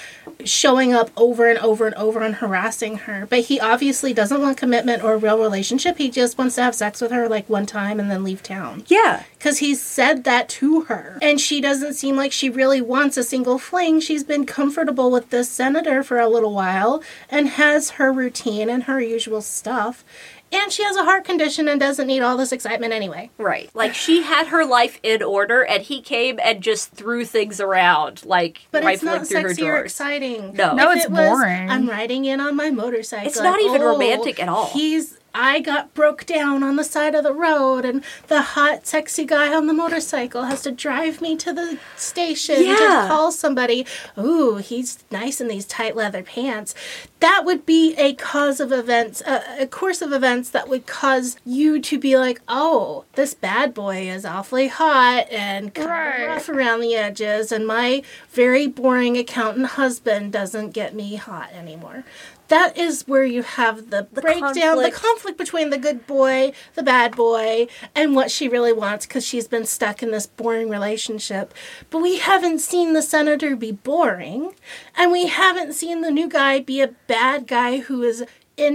showing up over and over and over and harassing her. But he obviously doesn't want commitment or a real relationship. He just wants to have sex with her like one time and then leave town. Yeah. Because he said that to her. And she doesn't seem like she really wants a single fling. She's been comfortable with this senator for a little while and has her routine and her usual stuff. And she has a heart condition and doesn't need all this excitement anyway. Right. Like, she had her life in order, and he came and just threw things around, like, But it's rifling not through her sexy or drawers. exciting. No. No, If it's it was, boring. I'm riding in on my motorcycle. oh, It's not even romantic at all. He's I got broke down on the side of the road, and the hot, sexy guy on the motorcycle has to drive me to the station Yeah. to call somebody. Ooh, he's nice in these tight leather pants. That would be a cause of events, a, a course of events that would cause you to be like, oh, this bad boy is awfully hot and kind Right. of rough around the edges, and my very boring accountant husband doesn't get me hot anymore. That is where you have the, breakdown, conflict. the conflict between the good boy, the bad boy, and what she really wants because she's been stuck in this boring relationship. But we haven't seen the senator be boring, and we haven't seen the new guy be a bad guy who is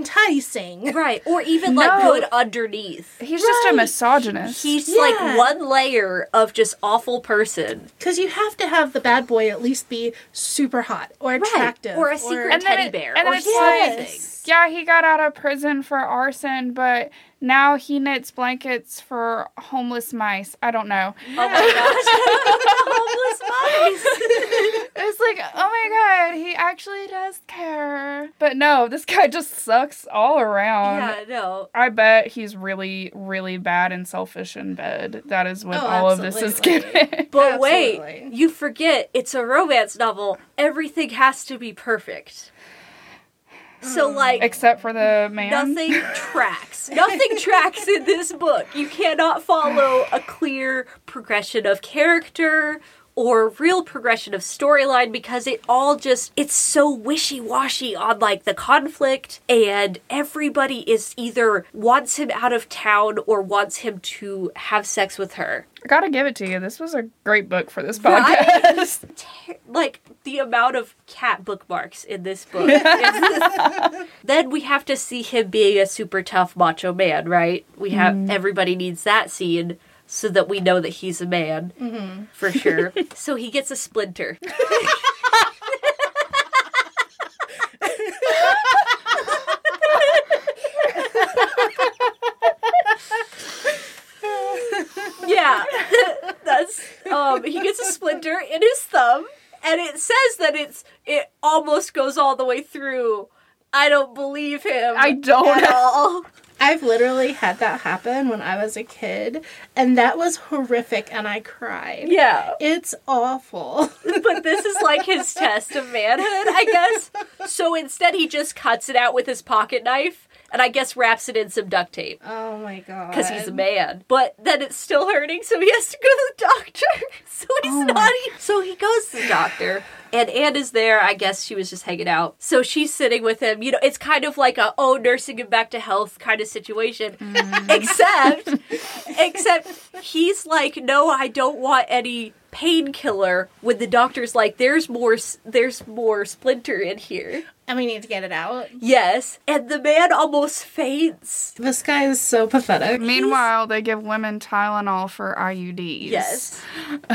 enticing. Right. Or even, like, No. good underneath. He's just a misogynist. He's Yeah. like one layer of just awful person. Because you have to have the bad boy at least be super hot or attractive Or a secret And then teddy it- bear and or it's something. like- Yeah, he got out of prison for arson, but now he knits blankets for homeless mice. I don't know. Oh my gosh. Homeless mice. It's like, oh my god, he actually does care. But no, this guy just sucks all Um, around. Yeah, no. I bet he's really, really bad and selfish in bed. That is what Oh, all of this is absolutely. giving. But wait, Absolutely. you forget it's a romance novel. Everything has to be perfect. So Hmm. like Except for the man. nothing tracks. Nothing tracks in this book. You cannot follow a clear progression of character or real progression of storyline because it all just it's so wishy-washy on like the conflict and everybody is either wants him out of town or wants him to have sex with her. I gotta give it to you. This was a great book for this podcast. Ter- like the amount of cat bookmarks in this book. is- then we have to see him being a super tough macho man, right? We have everybody needs that scene so that we know that he's a man for sure. so he gets a splinter. yeah, that's um, he gets a splinter in his thumb, and it says that it's it almost goes all the way through. I don't believe him. I don't. at all. I've literally had that happen when I was a kid, and that was horrific, and I cried. Yeah. It's awful. but this is like his test of manhood, I guess. So instead, he just cuts it out with his pocket knife, and I guess wraps it in some duct tape Oh my god. because he's a man. But then it's still hurting, so he has to go to the doctor. So he's not. e- So he goes to the doctor, and Anne is there. I guess she was just hanging out. So she's sitting with him. You know, it's kind of like a oh, nursing him back to health kind of situation, except except he's like, no, I don't want any painkiller. When the doctor's like, there's more, s- there's more splinter in here. And we need to get it out. Yes, and the man almost faints. This guy is so pathetic. Meanwhile, they give women Tylenol for IUDs. Yes.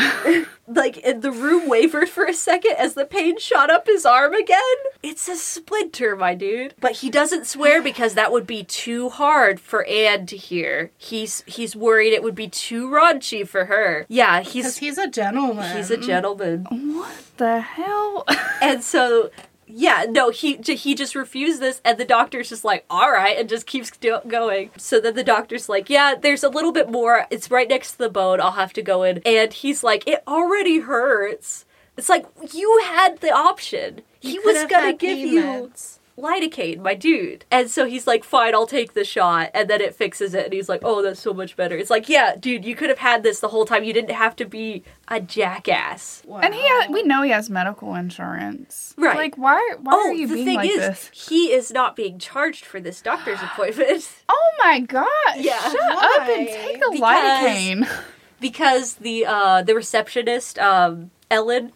like, and the room wavered for a second as the pain shot up his arm again. It's a splinter, my dude. But he doesn't swear because that would be too hard for Anne to hear. He's he's worried it would be too raunchy for her. Yeah, Because he's he's a gentleman. he's a gentleman, What the hell? and so. Yeah, no, he j- he just refused this, and the doctor's just like, all right, and just keeps do- going. So then the doctor's like, yeah, there's a little bit more. It's right next to the bone. I'll have to go in. And he's like, it already hurts. It's like you had the option. he could was have gonna had give pain you meds. lidocaine, my dude. And so he's like, fine, I'll take the shot. And then it fixes it. And he's like, oh, that's so much better. It's like, yeah, dude, you could have had this the whole time. You didn't have to be a jackass. Wow. And he, ha- we know he has medical insurance. Right. Like, why? Why oh, are you the being thing like is, this? he is not being charged for this doctor's appointment Oh my god! Yeah. Shut up and take a Why? lidocaine. because the uh, the receptionist, um, Ellen,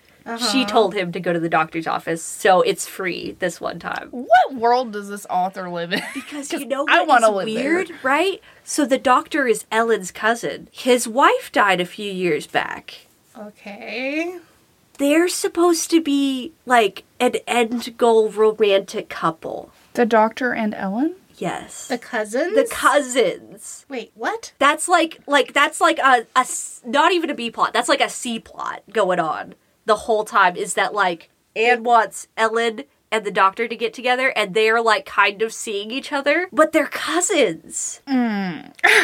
she Uh-huh. told him to go to the doctor's office, so it's free this one time. What world does this author live in? Because you know I what wanna is live there. weird, right? So the doctor is Ellen's cousin. His wife died a few years back. Okay. They're supposed to be like an end goal romantic couple. The doctor and Ellen. Yes. The The, cousins? cousins. Wait, what? That's like like that's like a, a s- not even a B plot. That's like a C plot going on the whole time. Is that like Anne wants Ellen and the doctor to get together, and they're like kind of seeing each other, but they're cousins. Mm.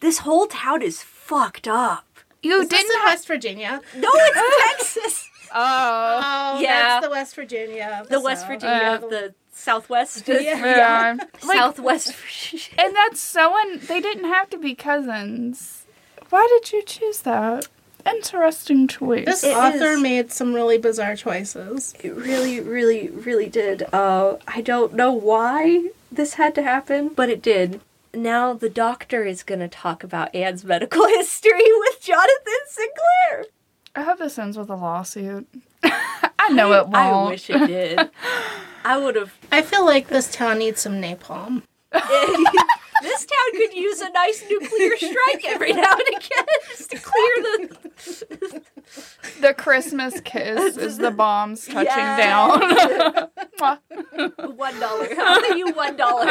this whole town is fucked up. You Is this in West Virginia? No, it's Texas. Oh. Oh, Yeah. that's the West Virginia. of The West South. Virginia, the Southwest, Yeah. Yeah. Like, Southwest Virginia. and that's so. Un- they didn't have to be cousins. Why did you choose that? Interesting choice. This It author is. made some really bizarre choices. It really, really, really did. Uh, I don't know why this had to happen, but it did. Now the doctor is going to talk about Anne's medical history with Jonathan Sinclair. I hope this ends with a lawsuit. I know it won't. I wish it did. I would have. I feel like this town needs some napalm. this town could use a nice nuclear strike every now and again just to clear the. The Christmas kiss is the bombs touching Yes. down. Mwah. One dollar. I'll pay you one dollar.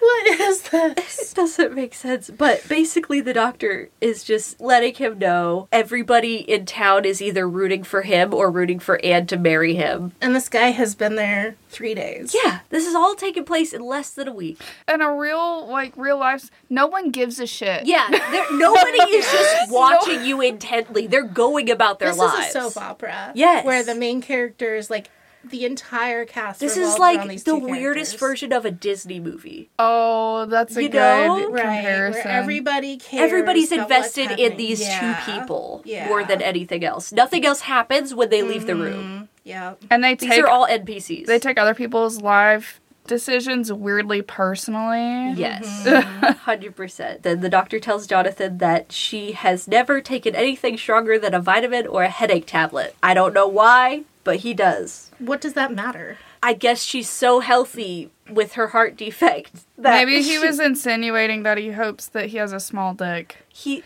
What is this? It doesn't make sense. But basically, the doctor is just letting him know everybody in town is either rooting for him or rooting for Anne to marry him. and this guy has been there three days. Yeah, this is all taking place in less than a week. In a real, like, real life, no one gives a shit. Yeah, there, nobody is just watching you intently. They're going about their This lives. is a soap opera. Yes. Where the main character is like the entire cast. This revolves is around like these the two weirdest characters. version of a Disney movie. Oh, that's a You good know? right? comparison. Where everybody cares. Everybody's about what's invested in happening. these Yeah. two people Yeah. Mm-hmm. more than anything else. Nothing else happens when they leave the room. Yeah. and they These take are all NPCs. they take other people's life decisions weirdly personally. Yes, 100%. Mm-hmm. Then the doctor tells Jonathan that she has never taken anything stronger than a vitamin or a headache tablet. I don't know why, but he does. What does that matter? I guess she's so healthy with her heart defect that Maybe he she- was insinuating that he hopes that he has a small dick. he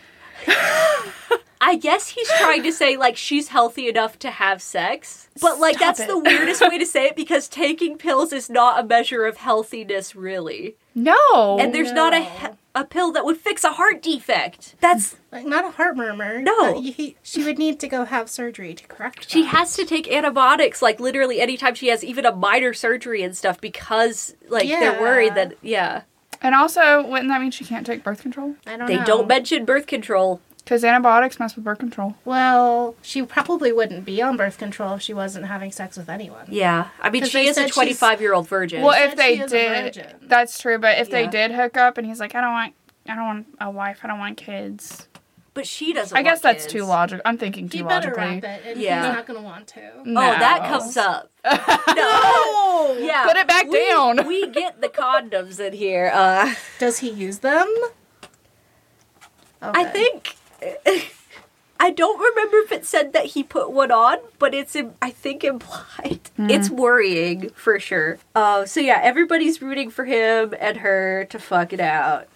I guess he's trying to say like she's healthy enough to have sex. But like Stop that's it. the weirdest way to say it because taking pills is not a measure of healthiness really. Oh, No. And there's not a he- a pill that would fix a heart defect. That's Like not a heart murmur. No. but he- she would need to go have surgery to correct. she that. has to take antibiotics like literally anytime she has even a minor surgery and stuff because like Yeah. they're worried that yeah. and also, wouldn't that mean she can't take birth control? I don't They know. don't mention birth control. Because antibiotics mess with birth control. Well, she probably wouldn't be on birth control if she wasn't having sex with anyone. Yeah. I mean 'Cause she they is said a she's- 25-year-old virgin. Well, said if they she is a did, virgin. that's true. But if they Yeah. did hook up, and he's like, I don't want, I don't want a wife. I don't want kids. but she doesn't I guess want that's kids. too logical. I'm thinking too He better logically. wrap it, and Yeah. he's not going to want to. No. Oh, that comes up. no. Yeah. Put it back we, down. We get the condoms in here. Uh, Does he use them? I Okay. think. I don't remember if it said that he put one on, but it's im- I think implied. It's worrying for sure. Uh, so yeah, everybody's rooting for him and her to fuck it out.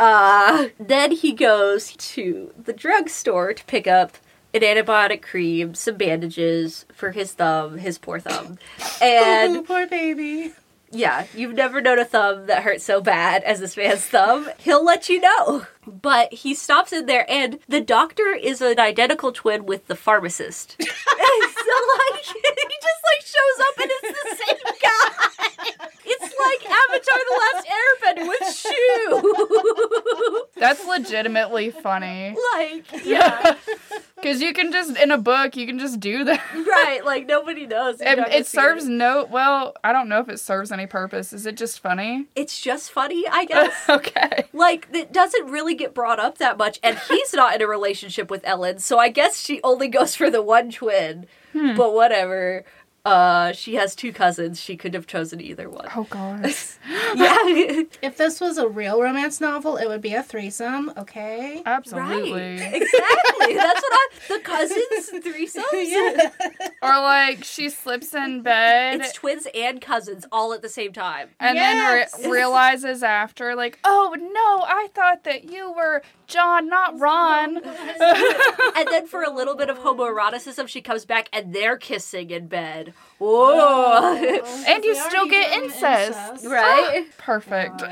uh, then he goes to the drugstore to pick up an antibiotic cream, some bandages for his thumb, his poor thumb, and Ooh, poor baby. Yeah, you've never known a thumb that hurts so bad as this man's thumb. He'll let you know. But he stops in there, and the doctor is an identical twin with the pharmacist. so, like, he just, like, shows up and it's the same guy. It's like Avatar The Last Airbender with Shu. That's legitimately funny. like, yeah, Because you can just, in a book, you can just do that. right. Like, nobody knows. You're It, not gonna it see serves no, well, I don't know if it serves any purpose. Is it just funny? It's just funny, I guess. okay. like it doesn't really get brought up that much and he's not in a relationship with ellen so i guess she only goes for the one twin but whatever uh she has two cousins she could have chosen either one Oh, God. yeah If this was a real romance novel, it would be a threesome, okay? Absolutely. right exactly that's what i the cousins threesomes Or like she slips in bed it's twins and cousins all at the same time and Yes. then re- realizes after, like, oh no, I thought that you were John, not Ron. and then for a little bit of homoeroticism she comes back and they're kissing in bed whoa And you We still already get done incest. right Perfect.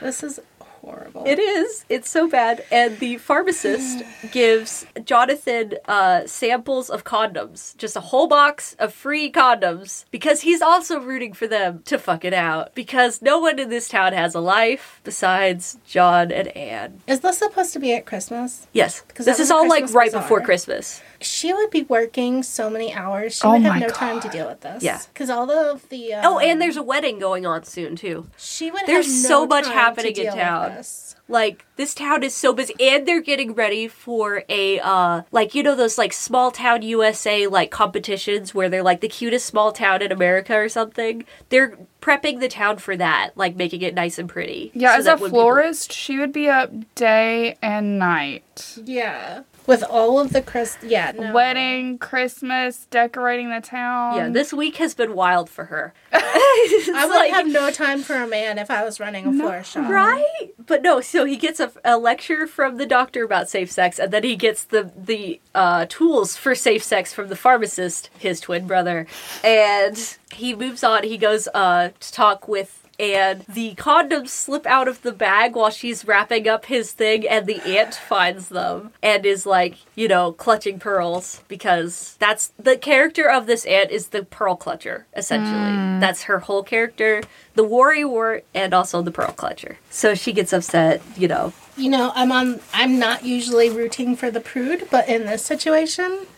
This is horrible. It is. It's so bad. And the pharmacist gives Jonathan uh, samples of condoms, just a whole box of free condoms, because he's also rooting for them to fuck it out. Because no one in this town has a life besides John and Anne. Is this supposed to be at Christmas? Yes, 'Cause this that was is all like Christmas right Bazaar. before Christmas. She would be working so many hours. She Oh would my have no time to God. deal with this. Yeah. Because all of the. Um, Oh, and there's a wedding going on soon too. She would there's have no so much time happening to in deal with town. this. Like this town is so busy, and they're getting ready for a uh, like you know those like small town USA like competitions where they're like the cutest small town in America or something. They're prepping the town for that, like making it nice and pretty. Yeah, so as that a when people- florist, she would be up day and night. Yeah. With all of the Chris. Yeah. No. Wedding, Christmas, decorating the town. yeah, this week has been wild for her. I I would have no time for a man if I was running a floor shop. Right? But no, so he gets a, a lecture from the doctor about safe sex, and then he gets the the uh, tools for safe sex from the pharmacist, his twin brother, and he moves on. He goes uh, to talk with. And the condoms slip out of the bag while she's wrapping up his thing, and the ant finds them and is like, you know, clutching pearls because that's the character of this ant is the pearl clutcher, essentially. Hmm. That's her whole character, the worry wart, and also the pearl clutcher. So she gets upset, you know. You know, I'm on. I'm not usually rooting for the prude, but in this situation,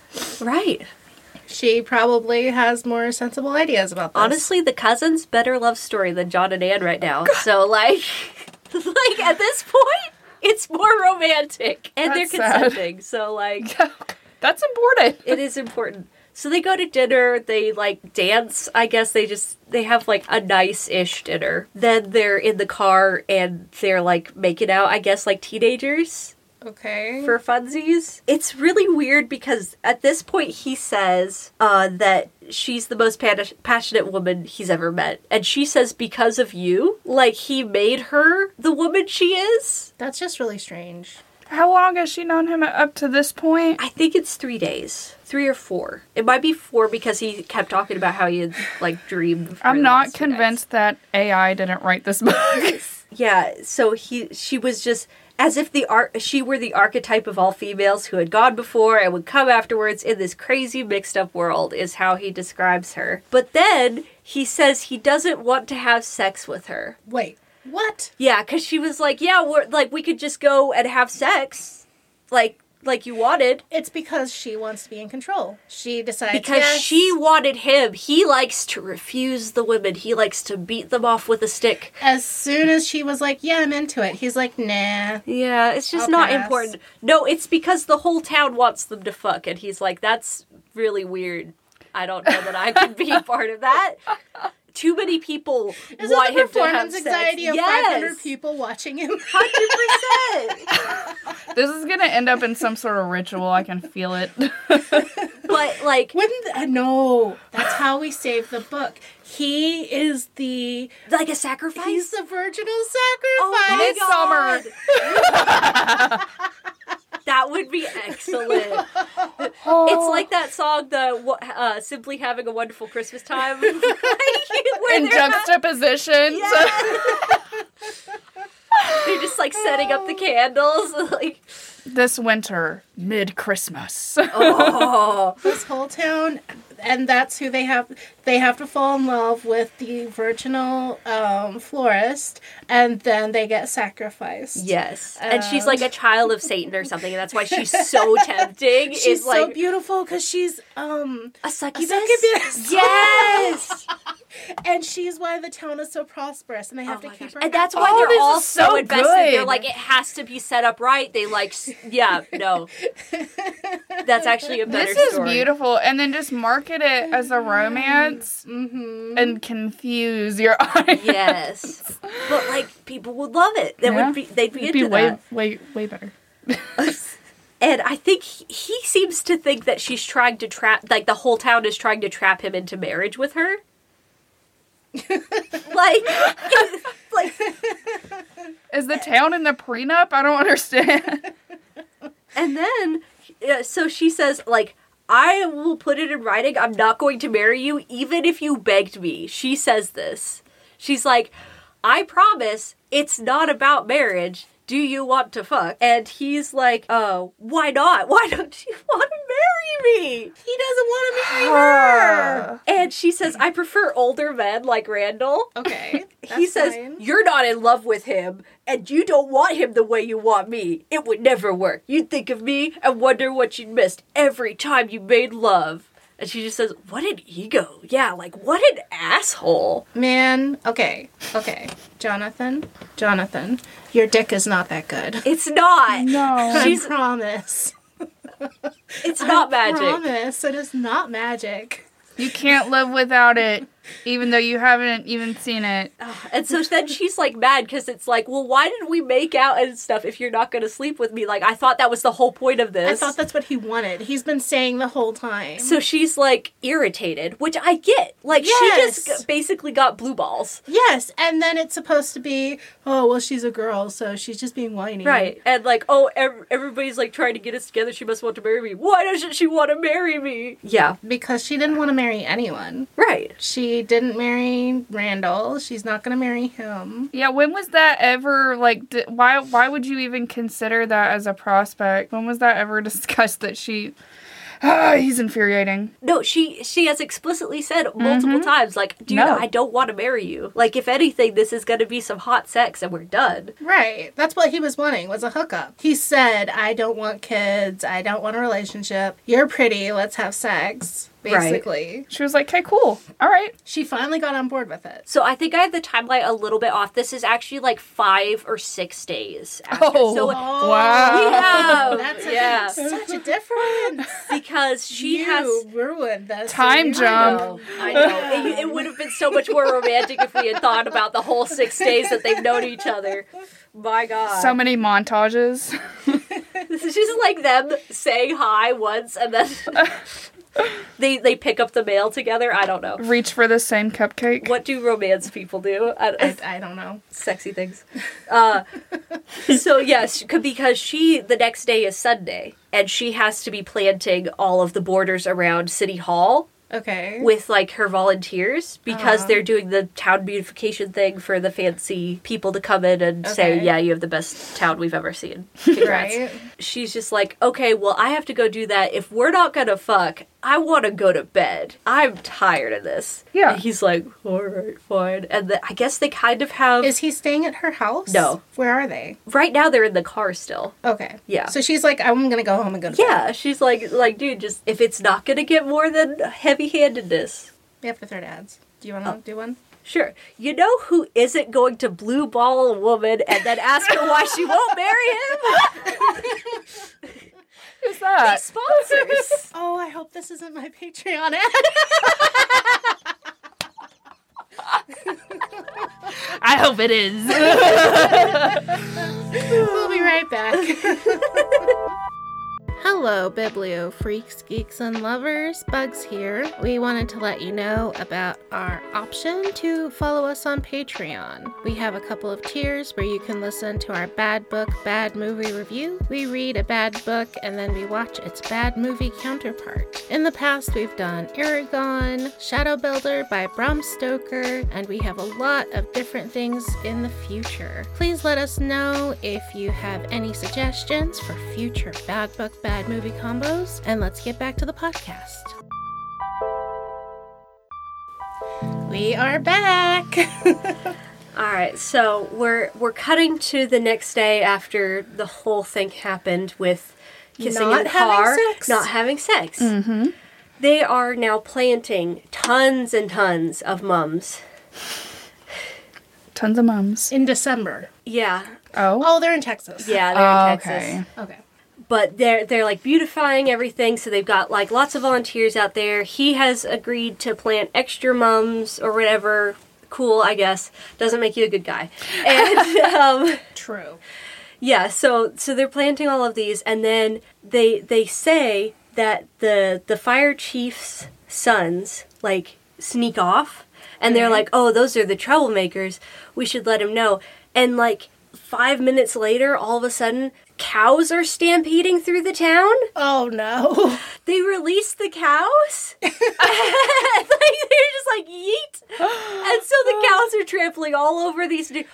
Right. She probably has more sensible ideas about this. Honestly, the cousins better love story than John and Anne right now. So like, like at this point, it's more romantic and That's they're sad. consenting. So like, That's important. it is important. So they go to dinner, they like dance, I guess they just they have like a nice-ish dinner. Then they're in the car and they're like making out, I guess like teenagers okay. for funsies. It's really weird because at this point he says uh, that she's the most pan- passionate woman he's ever met, and she says because of you, like he made her the woman she is. That's just really strange. How long has she known him up to this point? I think it's three days, three or four. It might be four because he kept talking about how he had like dreamed. for I'm the not last few convinced that AI didn't write this book. nights. Yeah, so he she was just. As if the ar- she were the archetype of all females who had gone before and would come afterwards in this crazy mixed up world, is how he describes her. But then he says he doesn't want to have sex with her. Wait, what? Yeah, because she was like, "Yeah, we're like we could just go and have sex, like like you wanted." It's because she wants to be in control. She decides because yes, she wanted him. He likes to refuse the women. He likes to beat them off with a stick. As soon as she was like, "Yeah, I'm into it," he's like, "Nah." Yeah, it's just I'll not pass. important. No, it's because the whole town wants them to fuck, and he's like, "That's really weird. I don't know that I could be part of that." Too many people Is want it the him to have performance sex. anxiety of yes, 500 people watching him? 100%. this is gonna end up in some sort of ritual. I can feel it. but like, Wouldn't th- uh, no? That's how we save the book. He is the like a sacrifice. he's the virginal Oh my sacrifice. God. Midsummer. that would be excellent. It's like that song, the wha- uh, "Simply Having a Wonderful Christmas Time," where in they're, juxtaposition. they're just like setting up the candles. Like, this winter, mid Christmas. oh, this whole town, and that's who they have. They have to fall in love with the virginal um, florist, and then they get sacrificed. yes. And she's like a child of Satan or something, and that's why she's so tempting. She's is so like beautiful because she's um a succubus. succubus. Yes, and she's why the town is so prosperous and they have Oh to my keep gosh. her. and that's why Oh, this they're is all so, so invested. They're good. like, it has to be set up right. They like, s- yeah, no, that's actually a better this is story. beautiful. And then just market it as a romance Mm-hmm. and confuse your audience. Yes, but like people would love it. They Yeah. would be. They'd be It'd into be way, that. way, way better. And I think he, he seems to think that she's trying to trap, like the whole town is trying to trap him into marriage with her. like, like Is the town in the prenup? I don't understand. And then, uh, so she says, like, I will put it in writing. I'm not going to marry you, even if you begged me. She says this. She's like, I promise it's not about marriage. Do you want to fuck? And he's like, Oh, why not? Why don't you want to marry me? He doesn't want to marry her. Ah. And she says, I prefer older men like Randall. Okay. he that's says, fine. You're not in love with him, and you don't want him the way you want me. It would never work. You'd think of me and wonder what you'd missed every time you made love. And she just says, What an ego. Yeah, like, what an asshole. Man, okay, okay. Jonathan, Jonathan, your dick is not that good. It's not. No. I She's- promise. It's not magic. promise. It is not magic. You can't live without it, even though you haven't even seen it. And so then she's like mad because it's like, Well, why did we make out and stuff if you're not going to sleep with me? Like, I thought that was the whole point of this. I thought that's what he wanted. He's been saying the whole time. So she's like irritated, which I get. Like she Yes. just g- basically got blue balls. yes, and then it's supposed to be, oh, well, she's a girl, so she's just being whiny. Right. And like, oh, ev- everybody's like trying to get us together. She must want to marry me. Why doesn't she want to marry me? Yeah. Because she didn't want to marry anyone. Right. She didn't marry Randall. She's not going to marry him. Yeah, when was that ever like? D- why why would you even consider that as a prospect? When was that ever discussed that she? Ah, he's infuriating. No, she she has explicitly said multiple times, like, dude, No. I don't want to marry you. Like, if anything, this is gonna be some hot sex and we're done. Right. That's what he was wanting was a hookup. He said, I don't want kids. I don't want a relationship. You're pretty. Let's have sex. basically. She was like, okay, cool. All right. She finally got on board with it. So I think I have the timeline a little bit off. This is actually like five or six days. After. so wow. yeah, Oh, That's such, yeah. a, such a difference. because she you has ruined this. Time jump. know. I know. It, it would have been so much more romantic if we had thought about the whole six days that they've known each other. My God. So many montages. This is just like them saying hi once and then they they pick up the mail together. I don't know. Reach for the same cupcake. What do romance people do? I, I- I, I don't know. sexy things. Uh, so yes, c- because she the next day is Sunday and she has to be planting all of the borders around City Hall Okay. with like her volunteers because Uh-huh. they're doing the town beautification thing for the fancy people to come in and say, Okay. "Yeah, you have the best town we've ever seen." Congrats. Right. She's just like, "Okay, well, I have to go do that. If we're not gonna fuck, I want to go to bed. I'm tired of this." Yeah. And he's like, "All right, fine." And the, I guess they kind of have. Is he staying at her house? No. Where are they? right now, they're in the car still. Okay. Yeah. So she's like, I'm gonna go home and go to bed. Yeah, she's like, like, dude, just if it's not gonna get more than heavy-handedness, We have the third ads. Do you wanna Oh. do one? Sure. You know who isn't going to blue ball a woman and then ask her why she won't marry him? Who's that? Sponsors. Oh, I hope this isn't my Patreon ad. I hope it is. we'll be right back. Hello, Biblio freaks, geeks, and lovers. Bugs here. We wanted to let you know about our option to follow us on Patreon. We have a couple of tiers where you can listen to our bad book, bad movie review. We read a bad book and then we watch its bad movie counterpart. In the past, we've done Aragon, Shadow Builder by Bram Stoker, and we have a lot of different things in the future. Please let us know if you have any suggestions for future bad book, bad movie combos, and let's get back to the podcast. We are back. All right, so we're we're cutting to the next day after the whole thing happened with kissing Not in the having car, sex. not having sex. Mm-hmm. They are now planting tons and tons of mums. Tons of mums. In December. Yeah, Oh. Oh, they're in Texas. yeah, they're in Texas. okay. Oh, Okay. but they're they're like beautifying everything so they've got like lots of volunteers out there he has agreed to plant extra mums or whatever cool i guess doesn't make you a good guy and um, True. yeah so so they're planting all of these and then they they say that the the fire chief's sons like sneak off and they're like oh those are the troublemakers we should let him know and like five minutes later all of a sudden cows are stampeding through the town Oh, no. they released the cows. like, they're just like yeet, and so the cows are trampling all over these. New-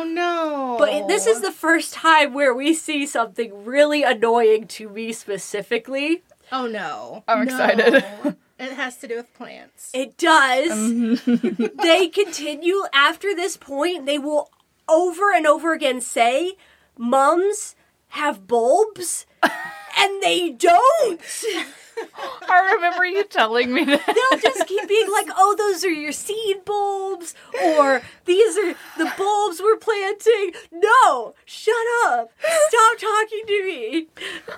Oh, no. but it- this is the first time where we see something really annoying to me specifically. Oh, no. I'm excited. No. It has to do with plants. It does. they continue after this point. They will over and over again say, "Mums have bulbs," and they don't. I remember you telling me that. they'll just keep being like, "Oh, those are your seed bulbs," or "These are the bulbs we're planting." No, shut up! Stop talking to me.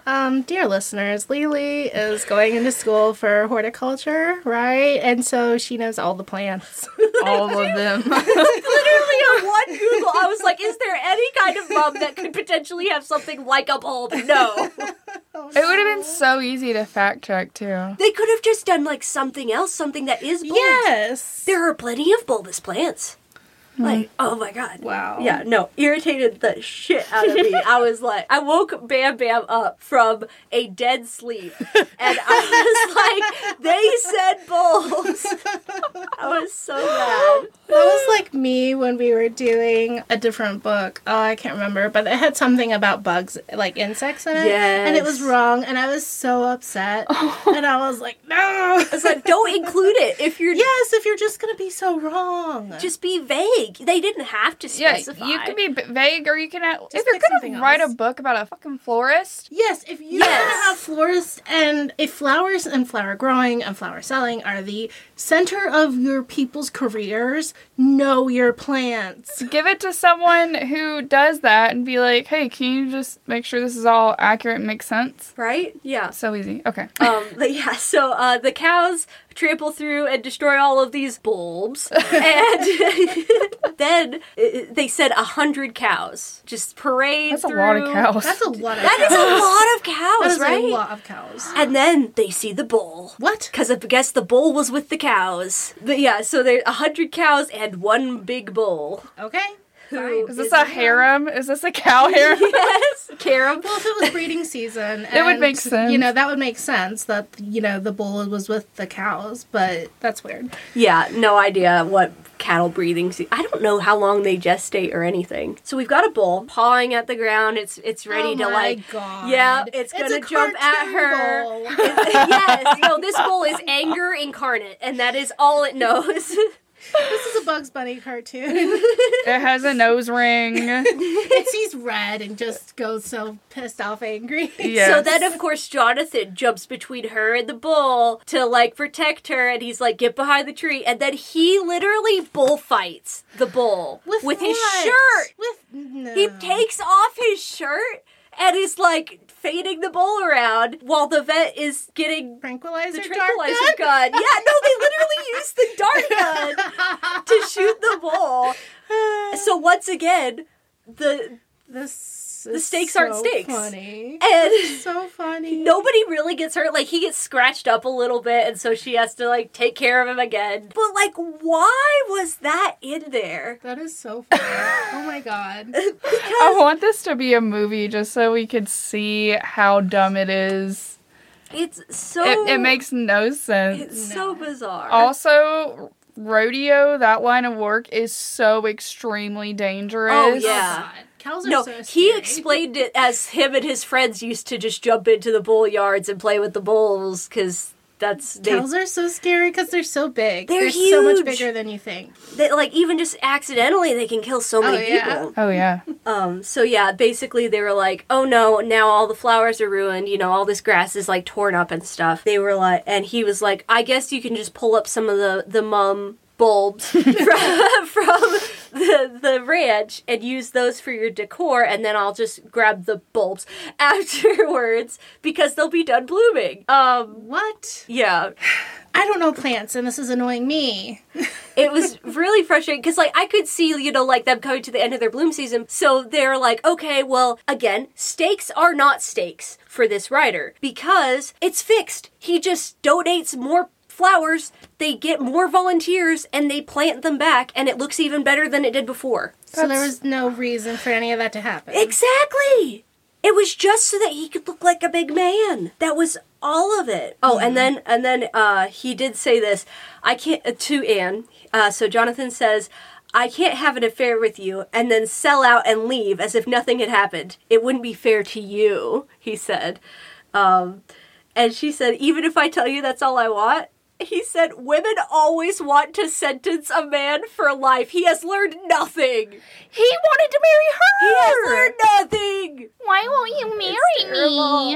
Um, dear listeners, Lily is going into school for horticulture, right? And so she knows all the plants. All of them. Literally on one Google, I was like, "Is there any kind of mum that could potentially have something like a bulb?" No, It would have been so easy to fact check too. they could have just done like something else, something that is bulbs. yes. There are plenty of bulbous plants. Like, oh my god. Wow. Yeah, no, irritated the shit out of me. I was like, I woke Bam Bam up from a dead sleep, and I was like, they said bulbs. I was so mad. That was like me when we were doing a different book. Oh, I can't remember, but it had something about bugs, like insects in it. And it was Yes. wrong, and I was so upset. and I was like, no. It's like, don't include it if you're yes, if you're just going to be so wrong. just be vague. They didn't have to Yeah, specify. you can be b- vague or you can. At, if Just you're pick gonna something write else. a book about a fucking florist, yes, if you Yes. have florist and if flowers and flower growing and flower selling are the center of your people's careers, know your plants. Give it to someone who does that and be like, hey, can you just make sure this is all accurate and makes sense? right? Yeah. So easy. Okay. Um, but yeah, so uh, the cows trample through and destroy all of these bulbs, and then uh, they said a hundred cows just parade. That's a lot of through. cows. That's a lot of That cows. is a lot of That cows, is right? a lot of cows. And then they see the bull. What? Because I guess the bull was with the cows. But yeah, so there's a hundred cows and one big bull. Okay. Who is this a harem? Is this a cow harem? yes, carom? Well, if it was breeding season, That would and, make sense. You know, that would make sense that you know the bull was with the cows, but that's weird. Yeah, no idea what cattle breeding. Se- I don't know how long they gestate or anything. So we've got a bull pawing at the ground. It's it's ready oh to my like. God. Yeah, it's a gonna jump at cartoon her. bull. yes, no, this bull is anger incarnate, and that is all it knows. This is a Bugs Bunny cartoon. it has a nose ring. it sees red and just goes so pissed off, angry. Yeah. So then, of course, Jonathan jumps between her and the bull to like protect her, and he's like, "Get behind the tree!" And then he literally bullfights the bull with, his what? shirt. With no. He takes off his shirt and is like fading the bull around while the vet is getting tranquilizer, the dart tranquilizer gun? gun. Yeah, no, they literally used the dart gun to shoot the bull. So once again, the This The is stakes so aren't stakes. Funny. and So funny. nobody really gets hurt. Like he gets scratched up a little bit, and so she has to like take care of him again. But like, why was that in there? That is so funny. oh my god. I want this to be a movie just so we could see how dumb it is. It's so It, it makes no sense. it's so bizarre. Also, rodeo, that line of work is so extremely dangerous. Oh, yeah. God. Cows are no, so he scary. explained it as him and his friends used to just jump into the bull yards and play with the bulls because that's they, Cows are so scary because they're so big. They're so much huge. bigger than you think. they like even just accidentally they can kill so many Oh, yeah. people. Oh, yeah. Um, so yeah, basically they were like, "Oh no, now all the flowers are ruined. You know, all this grass is like torn up and stuff." They were like, and he was like, "I guess you can just pull up some of the the mum bulbs from, from the the ranch and use those for your decor, and then I'll just grab the bulbs afterwards because they'll be done blooming." Um, What? yeah, I don't know plants, and this is annoying me. it was really frustrating because like i could see you know like them coming to the end of their bloom season so they're like okay well again stakes are not stakes for this rider because it's fixed he just donates more flowers they get more volunteers and they plant them back and it looks even better than it did before so there was no reason for any of that to happen. Exactly. It was just so that he could look like a big man. That was all of it. Oh, and then and then uh, he did say this. I can't uh, to Anne. Uh, so Jonathan says, "I can't have an affair with you," and then sell out and leave as if nothing had happened. It wouldn't be fair to you," he said. Um, and she said, "Even if I tell you that's all I want." He said, Women always want to sentence a man for life. He has learned nothing. He wanted to marry her. He has learned nothing. Why won't you marry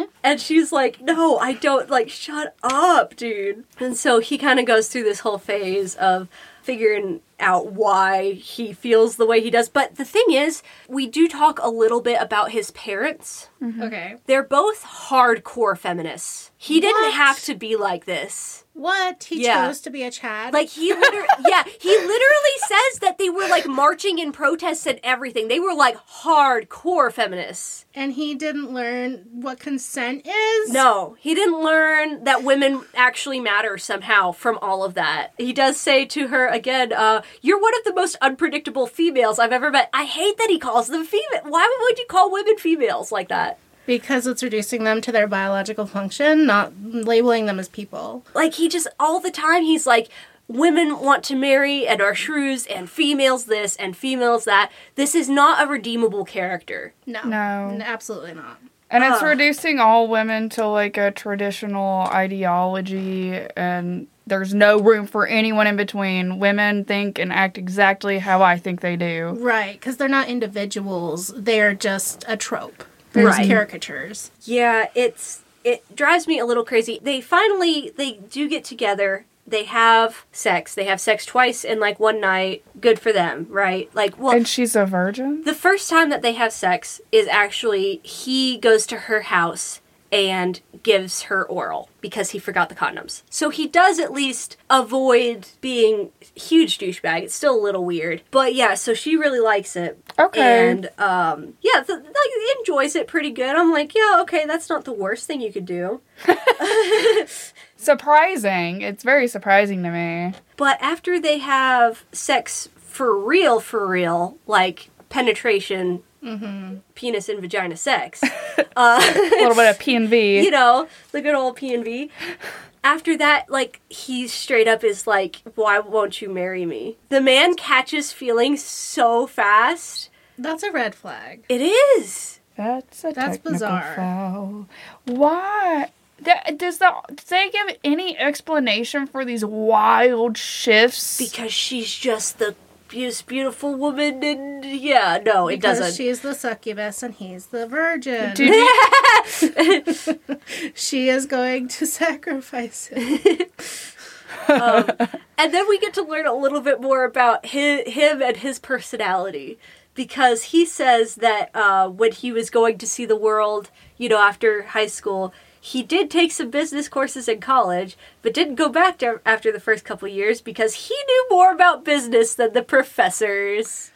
me? And she's like, No, I don't. Like, shut up, dude. And so he kind of goes through this whole phase of figuring out why he feels the way he does. But the thing is, we do talk a little bit about his parents. Okay. They're both hardcore feminists. He didn't What? have to be like this. What? He Yeah. chose to be a Chad. Like he literally yeah, he literally says that they were like marching in protests and everything. They were like hardcore feminists. and he didn't learn what consent is. No, he didn't learn that women actually matter somehow from all of that. He does say to her again, uh, "You're one of the most unpredictable females I've ever met." I hate that he calls them female. Why would you call women females like that? Because it's reducing them to their biological function, not labeling them as people. Like he just all the time he's like, "Women want to marry and are shrews and females this and females that." This is not a redeemable character. No. No. N- Absolutely not. And it's Ugh. reducing all women to like a traditional ideology, and there's no room for anyone in between. Women think and act exactly how I think they do. Right, because they're not individuals. They're just a trope. They're just Right. caricatures. Yeah, it's it drives me a little crazy. They finally they do get together. They have sex. They have sex twice in like one night. Good for them, right? Like, well, And she's a virgin? the first time that they have sex is actually he goes to her house and gives her oral because he forgot the condoms. So he does at least avoid being huge douchebag. It's still a little weird. But yeah, so she really likes it. Okay. And um yeah, th- like enjoys it pretty good. I'm like, yeah, okay, that's not the worst thing you could do. surprising. It's very surprising to me. But after they have sex for real, for real, like penetration, penis and vagina sex, uh, A little bit of P and you V. know, the good old P and V. After that, like he straight up is like, "Why won't you marry me?" The man catches feelings so fast. That's a red flag. It is. That's a That's technical bizarre. foul. Why? That, does the does they give any explanation for these wild shifts? Because she's just the most beautiful woman, and yeah, no, it Because doesn't. she's the succubus and he's the virgin. Did you- she is going to sacrifice him. And then we get to learn a little bit more about hi him and his personality because he says that uh, when he was going to see the world, you know, after high school, he did take some business courses in college, but didn't go back to after the first couple years because he knew more about business than the professors.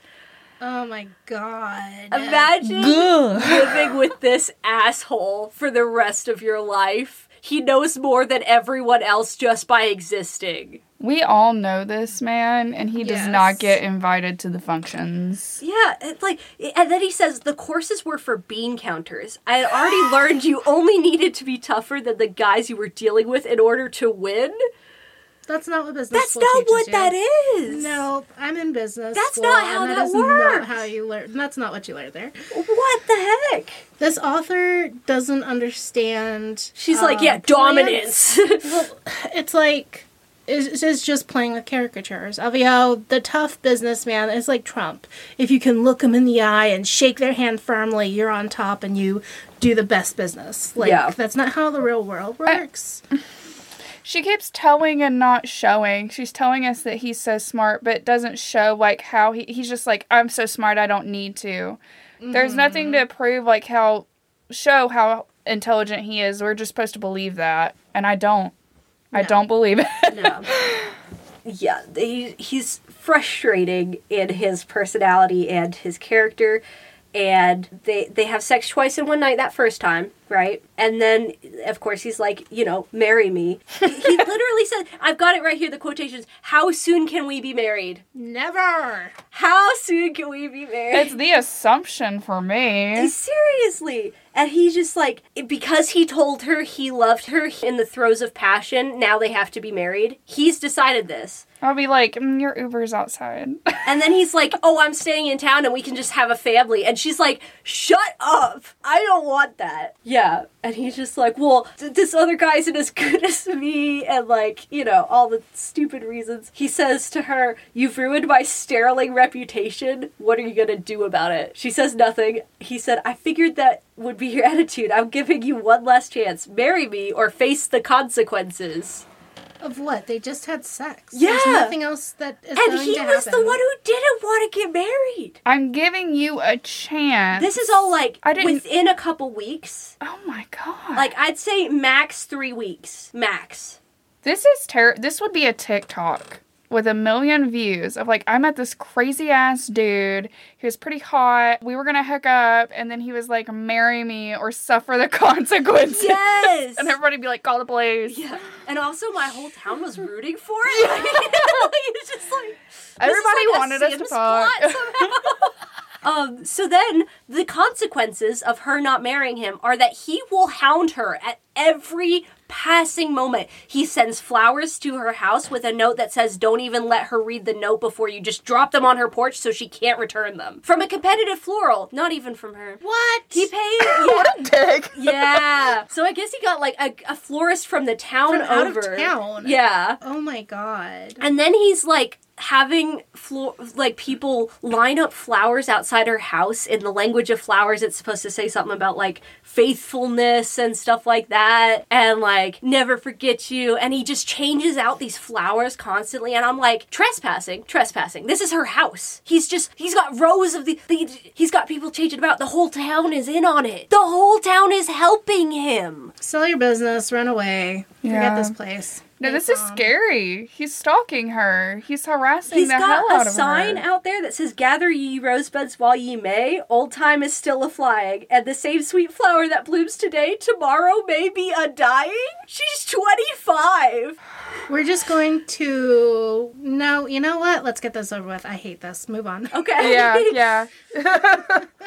Oh my god. Imagine living with this asshole for the rest of your life. He knows more than everyone else just by existing. we all know this man, and he does Yes. not get invited to the functions. Yeah, it's like, and then he says the courses were for bean counters. I had already learned you only needed to be tougher than the guys you were dealing with in order to win. That's not what business That's school not teaches what you. that is. Nope, I'm in business. That's school, not how and that is works. Not how you learn. That's not what you learn there. What the heck? This author doesn't understand. She's like, yeah, um, dominance. Well, it's like it's it's just playing with caricatures of you know the tough businessman is like Trump. If you can look them in the eye and shake their hand firmly, you're on top and you do the best business. Like Yeah. that's not how the real world works. She keeps towing and not showing. She's telling us that he's so smart, but doesn't show like how he, he's just like, I'm so smart, I don't need to. There's nothing Mm-hmm. to prove like how show how intelligent he is. We're just supposed to believe that, and I don't. I No. don't believe it. no. Yeah, he, he's frustrating in his personality and his character. And they they have sex twice in one night that first time, right? And then of course he's like, you know, marry me. he he literally said, I've got it right here the quotations, how soon can we be married? Never. How soon can we be married? it's the assumption for me. Seriously. And he's just like, because he told her he loved her in the throes of passion, now they have to be married. He's decided this. I'll be like, mm, your Uber's outside. And then he's like, "Oh, I'm staying in town and we can just have a family." And she's like, "Shut up. I don't want that." Yeah. And he's just like, "Well, th- this other guy isn't as good as me." And like, you know, all the stupid reasons. He says to her, "You've ruined my sterling reputation. What are you going to do about it?" She says nothing. He said, "I figured that would be your attitude. I'm giving you one last chance. Marry me or face the consequences." Of what? They just had sex. Yeah. There's nothing else that is And going he to was the happen. one who didn't want to get married. I'm giving you a chance. This is all like I didn't- within a couple weeks. oh my god. Like I'd say max three weeks, max. This is ter- this would be a TikTok with a million views of like I met this crazy ass dude. He was pretty hot. We were gonna hook up, and then he was like, "Marry me or suffer the consequences." Yes. And everybody be like, "Call the police." yeah. And also, my whole town was rooting for it. Like, it's just like this is Everybody like a wanted us to Sims fuck. plot somehow. um. So then, the consequences of her not marrying him are that he will hound her at every passing moment. He sends flowers to her house with a note that says, "Don't even let her read the note before you just drop them on her porch, so she can't return them." From a competitive floral, not even from her. What? He paid. Yeah. Dick. Yeah. So I guess he got like a, a florist from the town From out of over. town. Yeah. Oh my god. And then he's like having flo- like people line up flowers outside her house in the language of flowers it's supposed to say something about like faithfulness and stuff like that and like never forget you and he just changes out these flowers constantly and i'm like trespassing trespassing this is her house he's just he's got rows of the, the he's got people changing about the whole town is in on it the whole town is helping him Sell your business, run away, Yeah. forget this place. No, this is scary. He's stalking her. He's harassing He's the hell out got of a her. sign out there that says "Gather ye rosebuds while ye may. Old time is still a flying, and the same sweet flower that blooms today, tomorrow may be a dying." She's twenty-five. We're just going to no. You know what? Let's get this over with. I hate this. Move on. Okay. Yeah, yeah.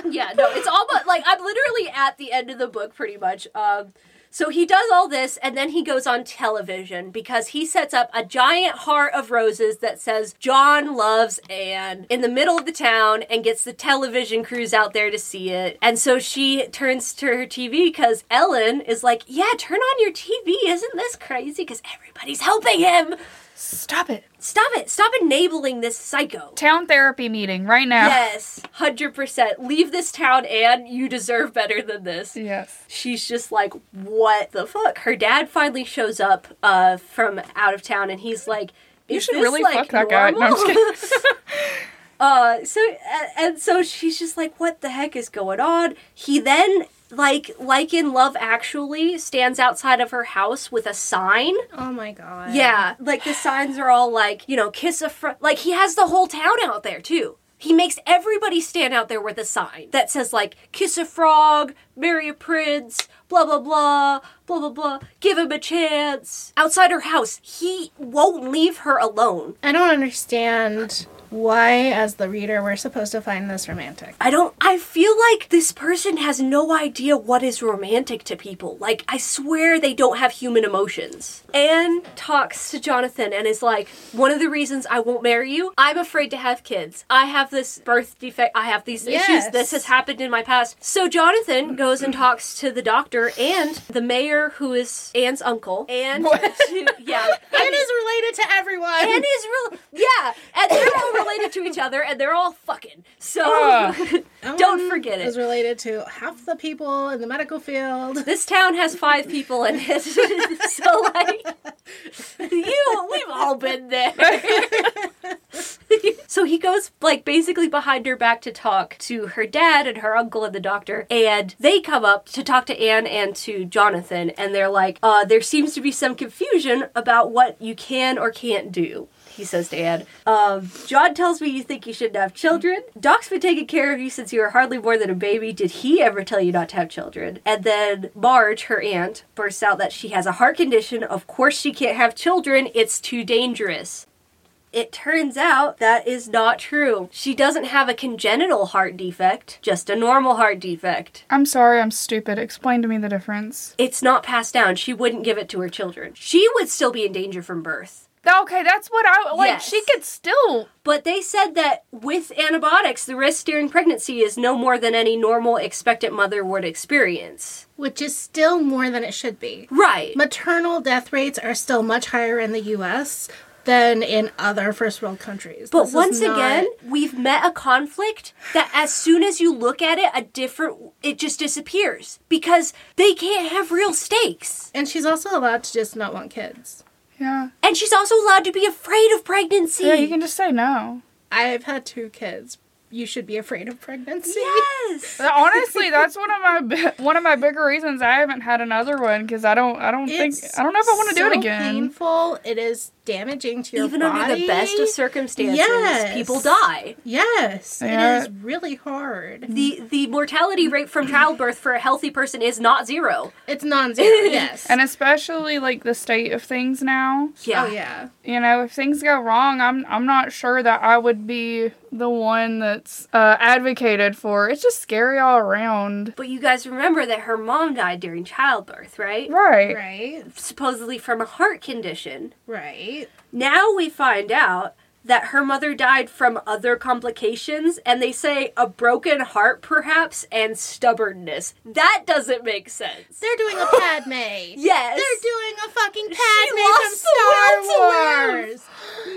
yeah. No, it's all but like I'm literally at the end of the book, pretty much. Um, so he does all this, and then he goes on television because he sets up a giant heart of roses that says "John loves Anne" in the middle of the town, and gets the television crews out there to see it. And so she turns to her TV because Ellen is like, "Yeah, turn on your TV! Isn't this crazy? Because everybody's helping him. Stop it. Stop it! Stop enabling this psycho." Town therapy meeting right now. Yes, 100%. Leave this town, Anne. You deserve better than this. Yes. She's just like, what the fuck? Her dad finally shows up uh, from out of town and he's like, You "Is should this, really like, fuck that guy." No, I'm normal?" just uh, so, a- and so she's just like, what the heck is going on? He then, like, like in Love Actually, stands outside of her house with a sign Oh my god. yeah, like the signs are all like, you know, kiss a friend. Like he has the whole town out there too. He makes everybody stand out there with a sign that says like kiss a frog, marry a prince, blah blah blah, blah blah blah. Give him a chance. Outside her house, he won't leave her alone. I don't understand why, as the reader, we're supposed to find this romantic. I don't I feel like this person has no idea what is romantic to people. Like I swear they don't have human emotions. Anne talks to Jonathan and is like, "One of the reasons I won't marry you, I'm afraid to have kids. I have this birth defect. I have these Yes. issues. This has happened in my past." So Jonathan goes and talks to the doctor and the mayor who is Anne's uncle and to, yeah. I It mean, is related to everyone. and is real, yeah, and they're all related to each other, and they're all fucking. So, don't Ellen forget it. Is related to half the people in the medical field. this town has five people in it. so like you we've all been there. so he goes like basically behind her back to talk to her dad and her uncle and the doctor and they come up to talk to Anne and to Jonathan and they're like uh there seems to be some confusion about what you can or can't do. He says to Anne, um, John tells me you think you shouldn't have children. Doc's been taking care of you since you were hardly more than a baby. Did he ever tell you not to have children? And then Marge, her aunt, bursts out that she has a heart condition. Of course, she can't have children. It's too dangerous. It turns out that is not true. She doesn't have a congenital heart defect, just a normal heart defect. I'm sorry, I'm stupid. Explain to me the difference. It's not passed down. She wouldn't give it to her children. She would still be in danger from birth. Okay, that's what I like. Yes. She could still. But they said that with antibiotics, the risk during pregnancy is no more than any normal expectant mother would experience. which is still more than it should be. Right. Maternal death rates are still much higher in the US than in other first world countries. But This is once not- again, we've met a conflict that as soon as you look at it, a different it just disappears because they can't have real stakes. and she's also allowed to just not want kids. Yeah. And she's also allowed to be afraid of pregnancy. Yeah, you can just say no. I've had two kids. You should be afraid of pregnancy. Yes. Honestly, that's one of my bi- one of my bigger reasons I haven't had another one because I don't I don't think It's I don't know if I want to do so it again. Painful. It is damaging to your Even body. under the best of circumstances, Yes. people die. Yes, Yeah. it is really hard. The the mortality rate from childbirth for a healthy person is not zero. It's non-zero. yes. And especially like the state of things now. Yeah. oh yeah. you know, if things go wrong, I'm I'm not sure that I would be the one that's uh, advocated for. It's just scary all around. But you guys remember that her mom died during childbirth, right? Right. Right. Supposedly from a heart condition. Right. Now we find out that her mother died from other complications, and they say a broken heart, perhaps, and stubbornness. That doesn't make sense. They're doing a Padme. Yes. They're doing a fucking Padme lost from Star the will to Wars.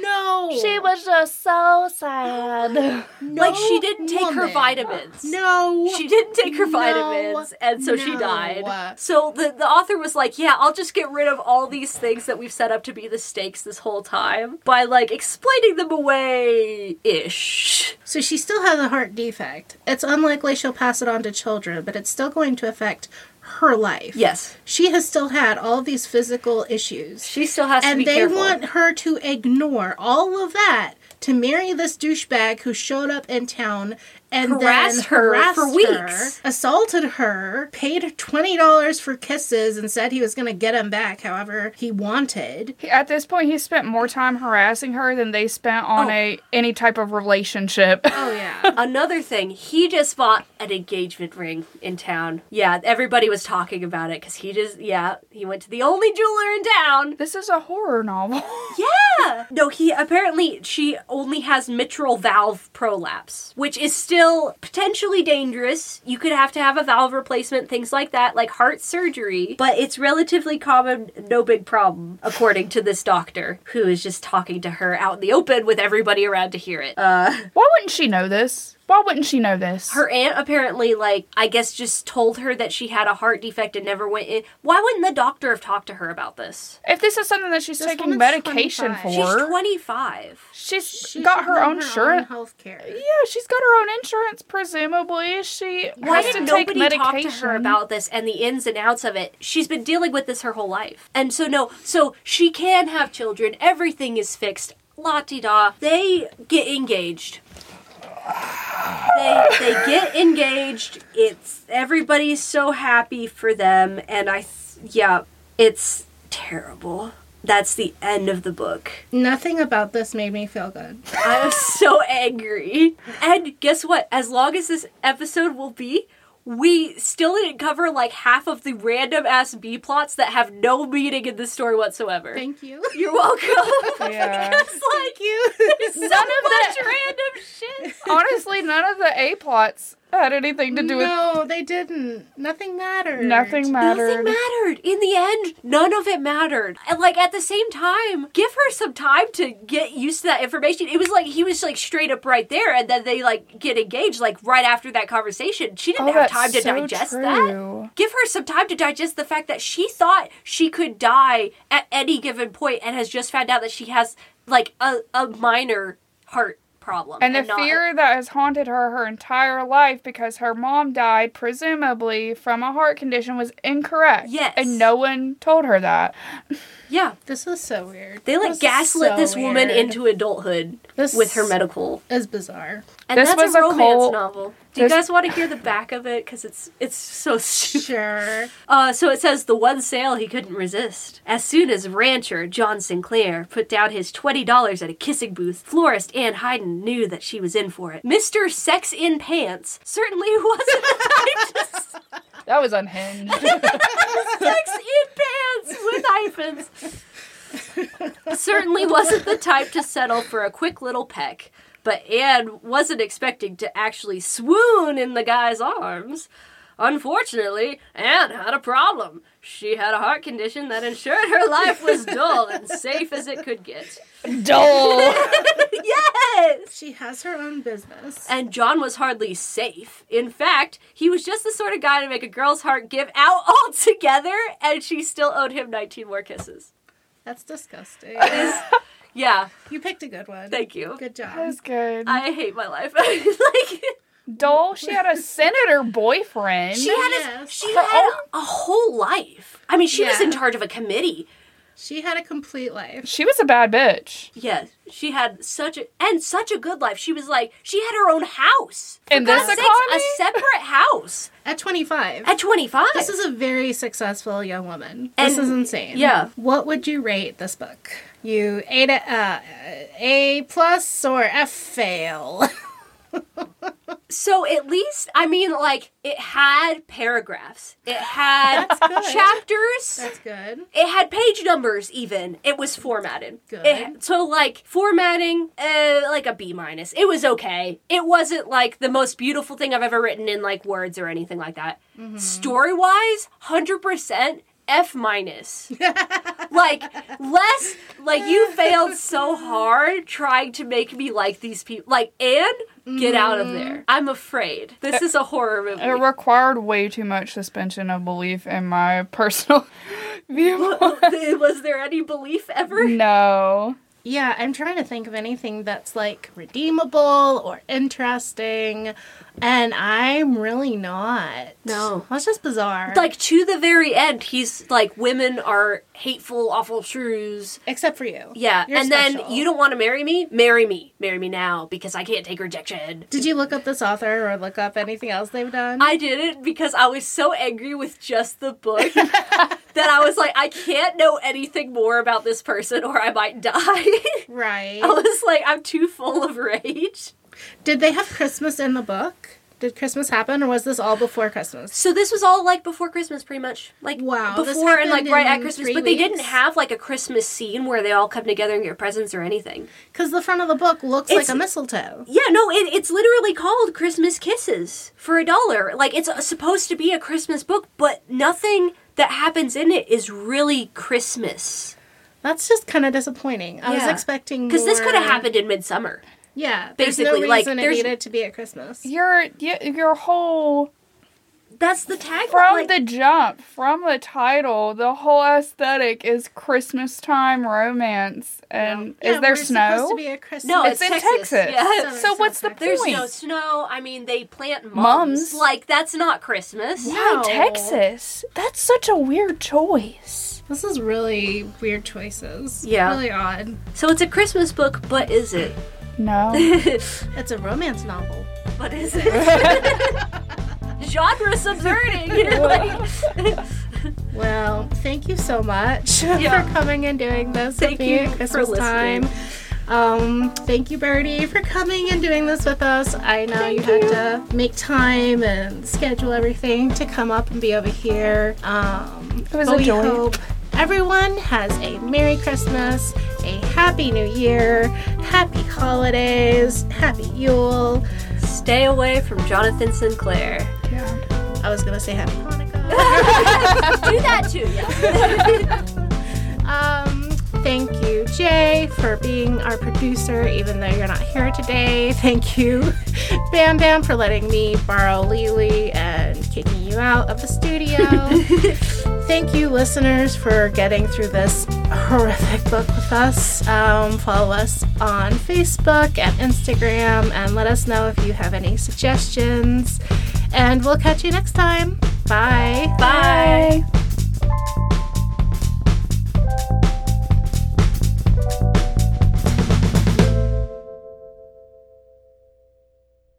No, No. She was just so sad. no like she didn't take her woman. vitamins. No. She didn't take her No. vitamins, and so she No. died. So the, the author was like, Yeah, I'll just get rid of all these things that we've set up to be the stakes this whole time by like explaining them away ish. So she still has a heart defect. It's unlikely she'll pass it on to children, but it's still going to affect her life. Yes. She has still had all these physical issues. She still has to be and they careful. want her to ignore all of that to marry this douchebag who showed up in town and Harassed then her harassed for weeks. her, assaulted her, paid twenty dollars for kisses, and said he was going to get him back however he wanted. He- At this point, he spent more time harassing her than they spent on Oh. a any type of relationship. Oh yeah, Another thing, he just bought an engagement ring in town. Yeah, everybody was talking about it because he just, yeah, he went to the only jeweler in town. this is a horror novel. Yeah! No, he apparently, she only has mitral valve prolapse, which is still potentially dangerous. You could have to have a valve replacement, things like that, like heart surgery, but it's relatively common, no big problem, according to this doctor who is just talking to her out in the open with everybody around to hear it. Uh, Why wouldn't she know this? Why wouldn't she know this? her aunt apparently like i guess just told her that she had a heart defect and never went in why wouldn't the doctor have talked to her about this if this is something that she's This taking woman's medication 25. for, she's 25 she's She got should her know own insurance. health care. Yeah, she's got her own insurance. Presumably, she why has did to take nobody medication. talk to her about this and the ins and outs of it she's been dealing with this her whole life and so no so she can have children everything is fixed la di da they get engaged they, they get engaged it's everybody's so happy for them and i th- yeah it's terrible that's the end of the book Nothing about this made me feel good. I am so angry. And guess what? As long as this episode will be, we still didn't cover like half of the random ass B plots that have no meaning in this story whatsoever. Thank you. You're welcome. Yeah. it's like you. so much random shit. Honestly, none of the A plots had anything to do with no, they didn't. Nothing mattered. Nothing Nothing mattered. mattered. In the end, none of it mattered. And like at the same time, give her some time to get used to that information. It was like he was like straight up right there, and then they like get engaged like right after that conversation. She didn't Oh, have that's time to so digest true. that. Give her some time to digest the fact that she thought she could die at any given point and has just found out that she has like a, a minor heart problem. And the not- fear that has haunted her her entire life because her mom died, presumably from a heart condition, was incorrect. Yes. And no one told her that. Yeah. This is so weird. They like This is gaslit so this woman weird. into adulthood This with her medical is bizarre. And This that's was a a romance cult- novel. Do you this- guys want to hear the back of it? Because it's it's so stupid. Sure. Uh, so it says the one sale he couldn't resist. As soon as rancher John Sinclair put down his twenty dollars at a kissing booth, florist Ann Hyden knew that she was in for it. Mister Sex in Pants certainly wasn't the type to That was unhinged. sex in pants with hyphens. Certainly wasn't the type to settle for a quick little peck, but Anne wasn't expecting to actually swoon in the guy's arms. Unfortunately, Anne had a problem. She had a heart condition that ensured her life was dull and safe as it could get. Dull. Yes! She has her own business. And John was hardly safe. In fact, he was just the sort of guy to make a girl's heart give out altogether, and she still owed him 19 more kisses. That's disgusting. Yeah, you picked a good one. thank you. Good job. That was good. I hate my life. like Dull. She had a senator boyfriend. she had a, Yes. she had a whole life. I mean, she was Yeah. in charge of a committee. She had a complete life. She was a bad bitch. Yes, she had such a and such a good life. She was like she had her own house. In this God's sakes, economy? a separate house At 25. at 25. this is a very successful young woman. This And- is insane. yeah. What would you rate this book? You A to uh, A plus or F fail? So at least, I mean, like it had paragraphs, it had good. chapters, That's good. it had page numbers. Even it was formatted. Good. It- so like formatting, uh, like a B minus. It was okay. It wasn't like the most beautiful thing I've ever written in like words or anything like that. Story wise, hundred percent. F minus. like less like you failed so hard trying to make me like these people like Anne get out of there i'm afraid this is a horror movie It required way too much suspension of belief in my personal viewpoint. was there any belief ever No. Yeah, I'm trying to think of anything that's like redeemable or interesting, and I'm really not. No. that's just bizarre. like to the very end he's like women are hateful awful shrews except for you. yeah You're and special. then you don't want to marry me marry me marry me now because i can't take rejection Did you look up this author or look up anything else they've done? I did it because I was so angry with just the book that I was like, I can't know anything more about this person or I might die. I right. was like, I'm too full of rage. Did they have Christmas in the book? Did Christmas happen, or was this all before Christmas? So this was all like before Christmas, pretty much. Like Wow, this before and like happened right at in Christmas, three but they didn't weeks? have like a Christmas scene where they all come together and get presents or anything. Because the front of the book looks It's- like a mistletoe. Yeah, no, it, it's literally called Christmas Kisses for a dollar. Like, it's supposed to be a Christmas book, but nothing that happens in it is really Christmas. That's just kind of disappointing. I was Yeah. expecting Because this more- could have happened in midsummer. Yeah, there's basically, no like, reason it there's- needed to be at Christmas. Your y- your whole That's the tagline. from like, the jump, from the title, the whole aesthetic is Christmas time romance. And Yeah, is there we're Supposed snow? to be at Christmas. no, it's, It's in Texas. Texas. Yeah. Sorry, so sorry, what's the sorry. There's point? no snow. I mean, they plant mums. Mums. Like that's not Christmas. Why No. Texas? That's such a weird choice. This is really weird choices. Yeah. Really odd. So it's a Christmas book, but is it? No. It's a romance novel. What is it? Genre subverting. you know, like- Well, thank you so much Yeah. for coming and doing this Thank with me you at for Christmas listening. time. Um, thank you, Birdie, for coming and doing this with us. I know you had to make time and schedule everything to come up and be over here. Um, It was but a we joy. hope everyone has a Merry Christmas, a Happy New Year, Happy Holidays, Happy Yule. Stay away from Jonathan Sinclair. I was gonna say Happy Hanukkah. Do that too. Yeah. Um, thank you, Jay, for being our producer, even though you're not here today. Thank you, Bam Bam, for letting me borrow Lily and kicking you out of the studio. thank you, listeners, for getting through this horrific book with us. Um, follow us on Facebook and Instagram and let us know if you have any suggestions. And we'll catch you next time. Bye. Bye. Bye.